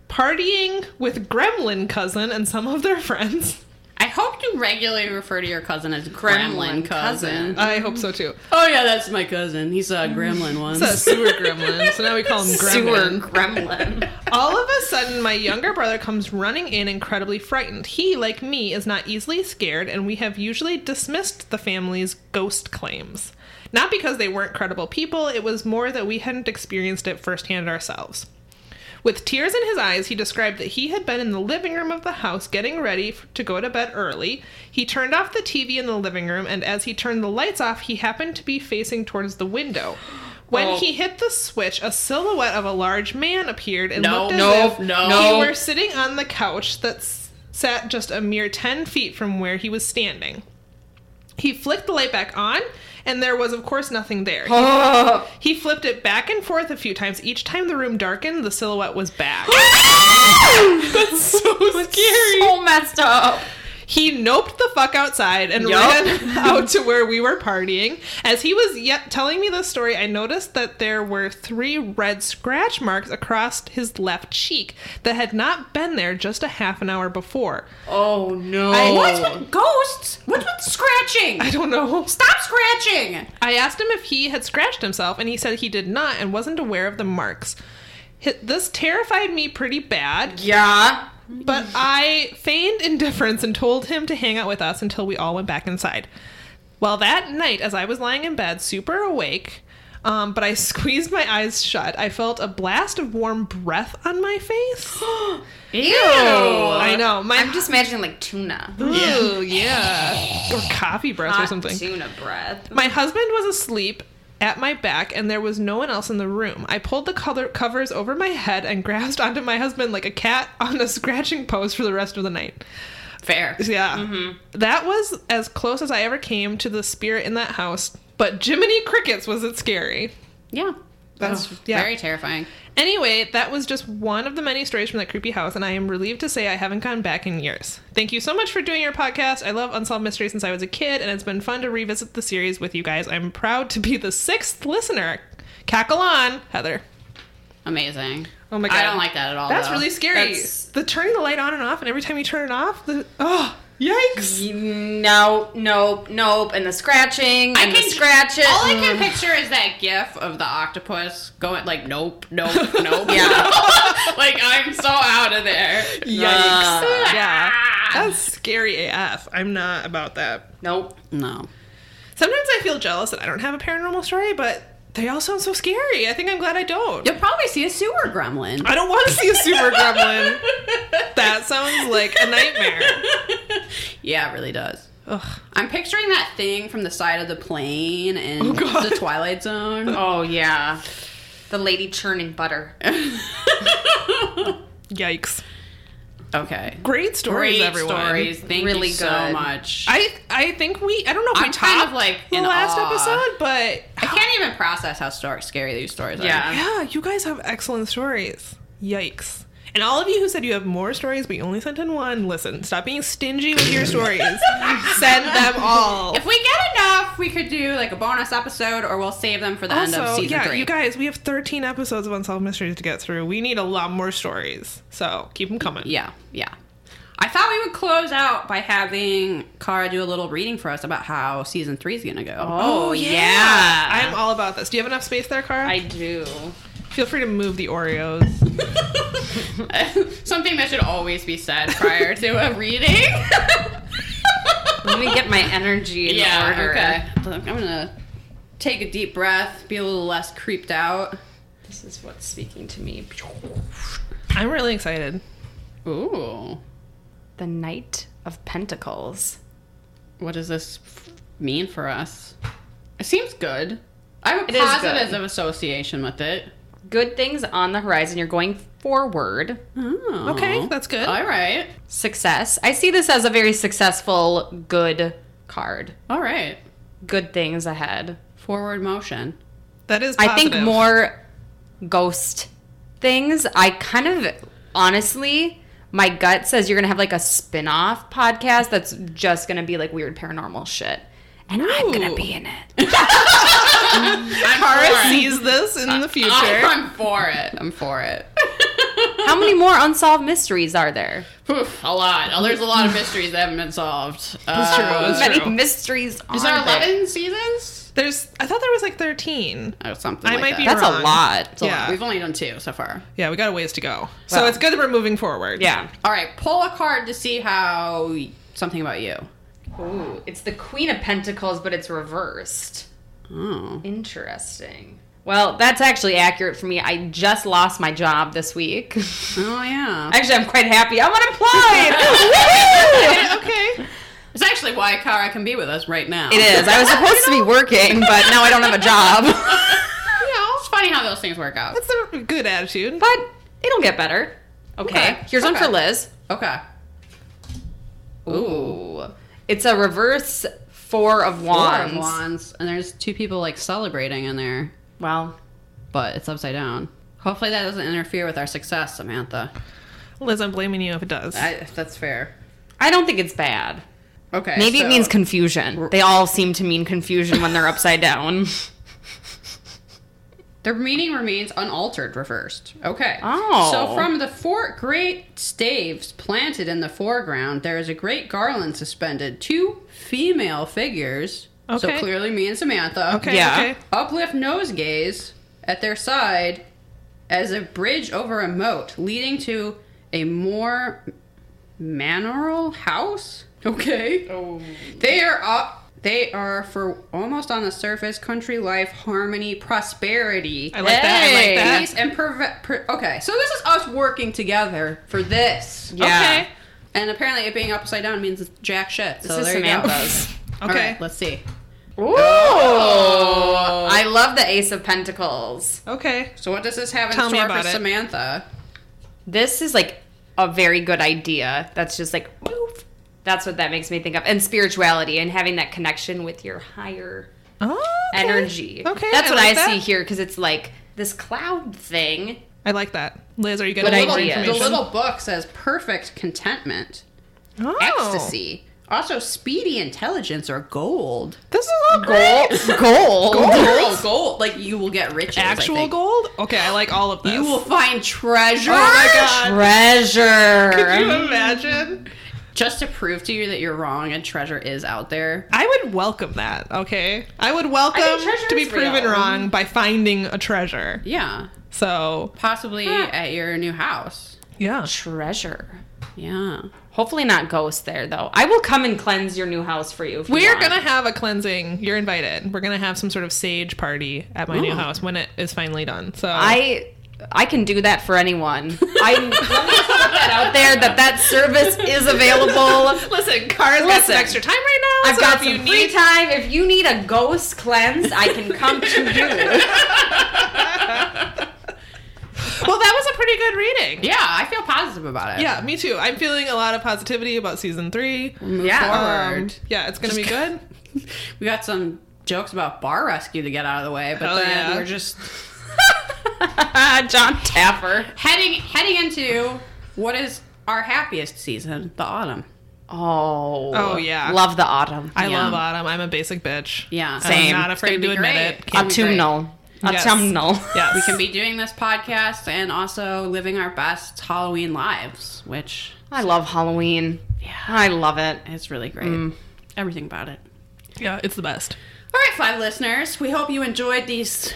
A: partying with Gremlin cousin and some of their friends.
B: I hope you regularly refer to your cousin as Gremlin,
C: Gremlin
B: cousin.
C: cousin.
A: I hope so too.
B: Oh yeah, that's my cousin. He saw a gremlin once.
A: It's Mm-hmm. a sewer gremlin, so now we call him Gremlin.
C: sewer gremlin.
A: All of a sudden, my younger brother comes running in, incredibly frightened. He, like me, is not easily scared, and we have usually dismissed the family's ghost claims. Not because they weren't credible people, it was more that we hadn't experienced it firsthand ourselves. With tears in his eyes, he described that he had been in the living room of the house getting ready f- to go to bed early. He turned off the TV in the living room, and as he turned the lights off, he happened to be facing towards the window. When
C: Oh.
A: he hit the switch, a silhouette of a large man appeared and
B: No,
A: looked as
B: no,
A: if
B: no.
A: he were sitting on the couch that s- sat just a mere 10 feet from where he was standing. He flicked the light back on, and there was, of course, nothing there. He
C: Oh.
A: he flipped it back and forth a few times. Each time the room darkened, the silhouette was back.
C: That's
A: so scary.
C: So messed up.
A: He noped the fuck outside and
C: Yup.
A: ran out to where we were partying. As he was yet telling me this story, I noticed that there were three red scratch marks across his left cheek that had not been there just a half an hour before.
B: Oh no.
A: I-
B: What's with ghosts? What's with scratching?
A: I don't know.
B: Stop scratching!
A: I asked him if he had scratched himself, and he said he did not and wasn't aware of the marks. Hi- This terrified me pretty bad.
C: Yeah.
A: But I feigned indifference and told him to hang out with us until we all went back inside. Well, that night, as I was lying in bed, super awake, um, but I squeezed my eyes shut, I felt a blast of warm breath on my face.
C: Ew.
A: I know. My,
C: I'm just imagining like tuna.
A: Ooh, yeah. Or coffee breath or
C: Hot
A: something.
C: Tuna breath.
A: My husband was asleep at my back and there was no one else in the room. I pulled the color- covers over my head and grasped onto my husband like a cat on a scratching post for the rest of the night.
B: Fair.
A: Yeah. That was as close as I ever came to the spirit in that house, but Jiminy Crickets was it scary.
B: Yeah.
A: That's yeah.
B: Very terrifying.
A: Anyway, that was just one of the many stories from that creepy house, and I am relieved to say I haven't gone back in years. Thank you so much for doing your podcast. I love Unsolved Mysteries since I was a kid, and it's been fun to revisit the series with you guys. I'm proud to be the sixth listener. Cackle on, Heather.
B: Amazing.
A: Oh my god.
B: I don't like that at all.
A: That's
B: though.
A: really scary.
C: That's-
A: The turning the light on and off, and every time you turn it off, the oh yikes.
C: No, Mm, nope, nope, and the scratching, and
B: I
C: the
B: can
C: scratch it. Mm.
B: All I can picture is that gif of the octopus going like, nope, nope, nope.
C: Yeah.
B: like I'm so out of there.
A: Yikes.
C: Uh.
A: yeah. That's scary AF. I'm not about that.
C: nope.
B: No.
A: Sometimes I feel jealous that I don't have a paranormal story, but they all sound so scary. I think I'm glad I don't.
B: You'll probably see a sewer gremlin.
A: I don't want to see a super gremlin. That sounds like a nightmare.
B: yeah, it really does.
A: Ugh.
B: I'm picturing that thing from the side of the plane in
A: Oh, God.
B: the Twilight Zone.
C: Oh yeah, the lady churning butter.
A: Yikes.
B: okay.
A: Great stories,
B: Great
A: everyone.
B: stories. Thank
C: Really
B: you so
C: good.
B: much. I,
A: I I think we I don't know if we
B: I'm
A: topped
B: kind of, like,
A: the
B: in
A: last
B: awe.
A: episode, but
B: can't even process how stor- scary these stories are.
C: Yeah.
A: yeah, you guys have excellent stories. Yikes. And all of you who said you have more stories but you only sent in one, listen, stop being stingy with your stories. Send them all.
B: If we get enough, we could do like a bonus episode, or we'll save them for the end of
A: Also,
B: season
A: yeah,
B: three.
A: you guys, we have 13 episodes of Unsolved Mysteries to get through. We need a lot more stories. So keep them coming.
B: yeah, yeah. I thought we would close out by having Cara do a little reading for us about how season three is gonna go.
C: Oh,
A: I'm all about this. Do you have enough space there, Cara?
C: I do.
A: Feel free to move the Oreos.
B: Something that should always be said prior to a reading.
C: Let me get my energy in
B: yeah.
C: order.
B: Okay. Look, I'm gonna take a deep breath, be a little less creeped out.
C: This is what's speaking to me.
A: I'm really excited.
B: Ooh.
C: The Knight of Pentacles.
B: What does this f- mean for us? It seems good. I have a
C: It is
B: positive
C: good.
B: association with it.
C: Good things on the horizon. You're going forward.
B: Oh.
A: Okay, that's good.
B: All right.
C: Success. I see this as a very successful, good card.
B: All right.
C: Good things ahead.
B: Forward motion.
A: That is.
C: I think
A: positive.
C: more ghost things. I kind of honestly, my gut says you're gonna have like a spin-off podcast that's just gonna be like weird paranormal shit. And I'm gonna
A: Ooh.
C: be in it.
B: I'm
A: Kara
B: for it.
A: sees this in
C: Uh,
A: the future.
B: I'm for it. I'm for it.
C: How many more unsolved mysteries are there?
B: Oof, a lot. Oh, there's a lot of mysteries that haven't been solved.
A: That's true.
B: Uh,
A: That's
C: How many
A: true.
C: mysteries are
B: Is there
C: there?
B: 11 seasons?
A: There's. I thought there was like 13.
B: Or something
A: I
B: like
A: might
B: that.
A: be
C: That's
A: wrong.
C: a lot.
B: That's a lot.
A: Yeah.
B: We've only done two so far.
A: Yeah, we got a ways to go. so
C: Well.
A: it's good that we're moving forward.
C: Yeah.
B: All right, pull a card to see how y- something about you.
C: Ooh, it's the Queen of Pentacles, but it's reversed.
B: Oh.
C: Interesting. Well, that's actually accurate for me. I just lost my job this week.
B: Oh, yeah.
C: Actually, I'm quite happy. I'm unemployed. Woo!
A: Okay.
B: it's actually why Kara can be with us right now.
C: It is. I was supposed to be working, but now I don't have a job.
B: You know, it's funny how those things work out.
A: That's a good attitude.
C: but it'll get better. Okay.
B: Okay.
C: Here's one for
B: Okay.
C: Liz.
B: Okay.
C: Ooh. It's a reverse four of
B: Wands.
C: wands.
B: wands. And there's two people like celebrating in there,
C: Well,
B: but it's upside down. Hopefully that doesn't interfere with our success, Samantha.
A: Liz, I'm blaming you if it does.
B: I, that's fair.
C: I don't think it's bad.
B: Okay.
C: Maybe
B: so-
C: it means confusion. They all seem to mean confusion when they're upside down.
B: Their meaning remains unaltered, reversed. Okay.
C: Oh.
B: So from the four great staves planted in the foreground, there is a great garland suspended. Two female figures. So
A: Okay.
B: clearly me and Samantha.
A: okay.
C: yeah.
A: Okay.
B: Uplift nosegays at their side as a bridge over a moat, leading to a more manorial house. Okay.
A: Oh.
B: They are up. They are for almost on the surface country life, harmony, prosperity.
A: I like that. I like that.
B: Peace and perve- per- okay, so this is us working together for this.
C: Yeah.
A: Okay.
B: And apparently, it being upside down means jack shit. So
C: This is
B: there you go.
C: Samantha's.
B: All
A: Okay.
B: right, let's see.
C: Ooh. I love the Ace of Pentacles.
A: Okay.
B: So what does this have in
A: Tell me
B: store
A: about
B: for
A: it.
B: Samantha?
C: this is like a very good idea that's just like woof. that's what that makes me think of and spirituality and having that connection with your higher
A: Oh. okay.
C: energy
A: Okay.
C: that's what i,
A: like that.
C: see here because it's like this cloud thing
A: I like that. Liz, are you
B: The
A: getting
C: Good
A: more
B: little,
C: idea.
B: the
A: information?
B: little book says perfect contentment,
A: oh.
B: ecstasy, also speedy intelligence or gold.
A: This is all
C: gold
A: great.
C: gold
B: Gold, gold. Like you will get riches. I
A: Actual
B: think.
A: gold? Okay, I like all of this.
B: You will find treasure.
A: Oh my god. Could you
C: treasure
A: imagine?
B: Just to prove to you that you're wrong and treasure is out there.
A: I would welcome that, okay? I would welcome
C: I think treasure
A: to be
C: is
A: proven
C: real.
A: wrong by finding a treasure.
B: Yeah.
A: So,
B: Possibly
C: Huh.
B: at your new house.
A: yeah.
C: treasure
B: Yeah.
C: hopefully not ghosts there though i will come and cleanse your new house for you if you
A: We're
C: want.
A: going to have a cleansing. You're invited. We're going to have some sort of sage party at my new
B: Oh.
A: house when it is finally done. So,
C: I
A: Oh.
C: I can do that for anyone. I let me just put that out there that that service is available.
A: listen, Cara's got some
C: Listen.
A: extra time right now.
C: I've
A: so
C: got
A: if
C: some
A: you
C: free
A: need
C: time. If you need a ghost cleanse, I can come to you.
A: Well, that was a pretty good reading.
B: Yeah, I feel positive about it.
A: Yeah, me too. I'm feeling a lot of positivity about season three.
B: Yeah.
A: Um,
B: Forward.
A: yeah, it's gonna be good.
B: We got some jokes about bar rescue to get out of the way, but
A: Hell
B: then
A: yeah.
B: we're just
C: John Taffer.
B: heading heading into what is our happiest season, the autumn.
C: Oh.
A: Oh, yeah.
C: Love the autumn.
A: I
B: Yeah.
A: love autumn. I'm a basic bitch.
B: Yeah.
C: Same.
A: I'm not
B: It's gonna
A: afraid to
B: be
A: admit
B: great.
A: it.
B: Can we break?
C: Autumnal.
A: Yes.
C: Autumnal.
A: Yes.
B: We can be doing this podcast and also living our best Halloween lives, which
C: I love Halloween. Yeah. I love it.
B: is really great.
C: Mm.
B: Everything about it.
A: Yeah, it's the best.
B: All right, fun listeners. We hope you enjoyed these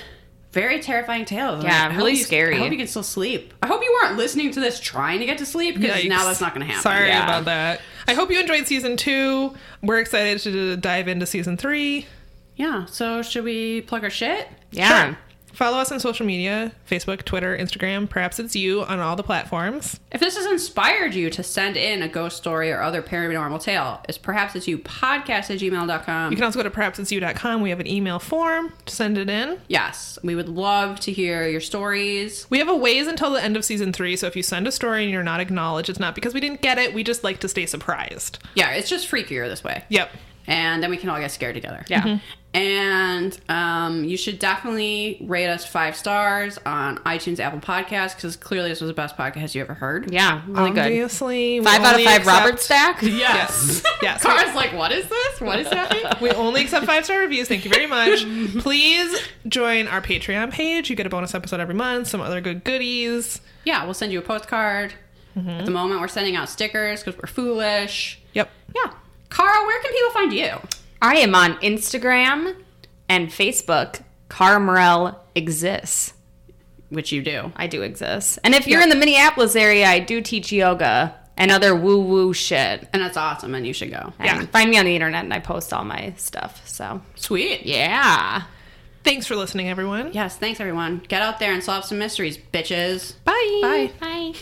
B: very terrifying tales.
C: Yeah,
B: I hope
C: really
B: you-
C: scary.
B: I hope you can still sleep. I hope you weren't listening to this trying to get to sleep because
A: Yikes.
B: now that's not going to happen.
A: Sorry
C: Yeah.
A: about that. I hope you enjoyed season two. We're excited to dive into season three.
B: Yeah. So should we plug our shit?
C: Yeah.
A: Sure. Follow us on social media Facebook, Twitter, Instagram. Perhaps it's you on all the platforms.
B: If this has inspired you to send in a ghost story or other paranormal tale, it's perhaps it's you podcast at gmail.com.
A: You can also go to perhapsitsyou.com. We have an email form to send it in.
B: yes, we would love to hear your stories.
A: We have a ways until the end of season three, so if you send a story and you're not acknowledged, it's not because we didn't get it. We just like to stay surprised.
B: Yeah, it's just freakier this way.
A: Yep.
B: And then we can all get scared together.
C: Yeah.
B: Mm-hmm. And um, you should definitely rate us five stars on iTunes, Apple Podcasts, because clearly this was the best podcast you ever heard.
C: Yeah. Really good.
A: Obviously, we
C: Five out of
A: Um, only
C: five
A: accept-
C: Robert Stack.
A: Yes. Yes.
B: Cara's like, what is this? What is happening?
A: We only accept five star reviews. Thank you very much. Please join our Patreon page. You get a bonus episode every month, some other good goodies.
B: yeah, we'll send you a postcard. At the moment, we're sending out stickers because we're foolish.
A: Yep.
B: Yeah. Cara, where can people find you?
C: I am on Instagram and Facebook. Carmel exists.
B: Which you do.
C: I do exist. And if you're in the Minneapolis area, I do teach yoga and other woo woo shit.
B: And that's awesome, and you should go.
C: And
A: Yeah.
C: Find me on the internet and I post all my stuff. So,
B: Sweet.
C: yeah.
A: Thanks for listening, everyone.
B: Yes, thanks everyone. Get out there and solve some mysteries, bitches.
A: Bye.
C: Bye.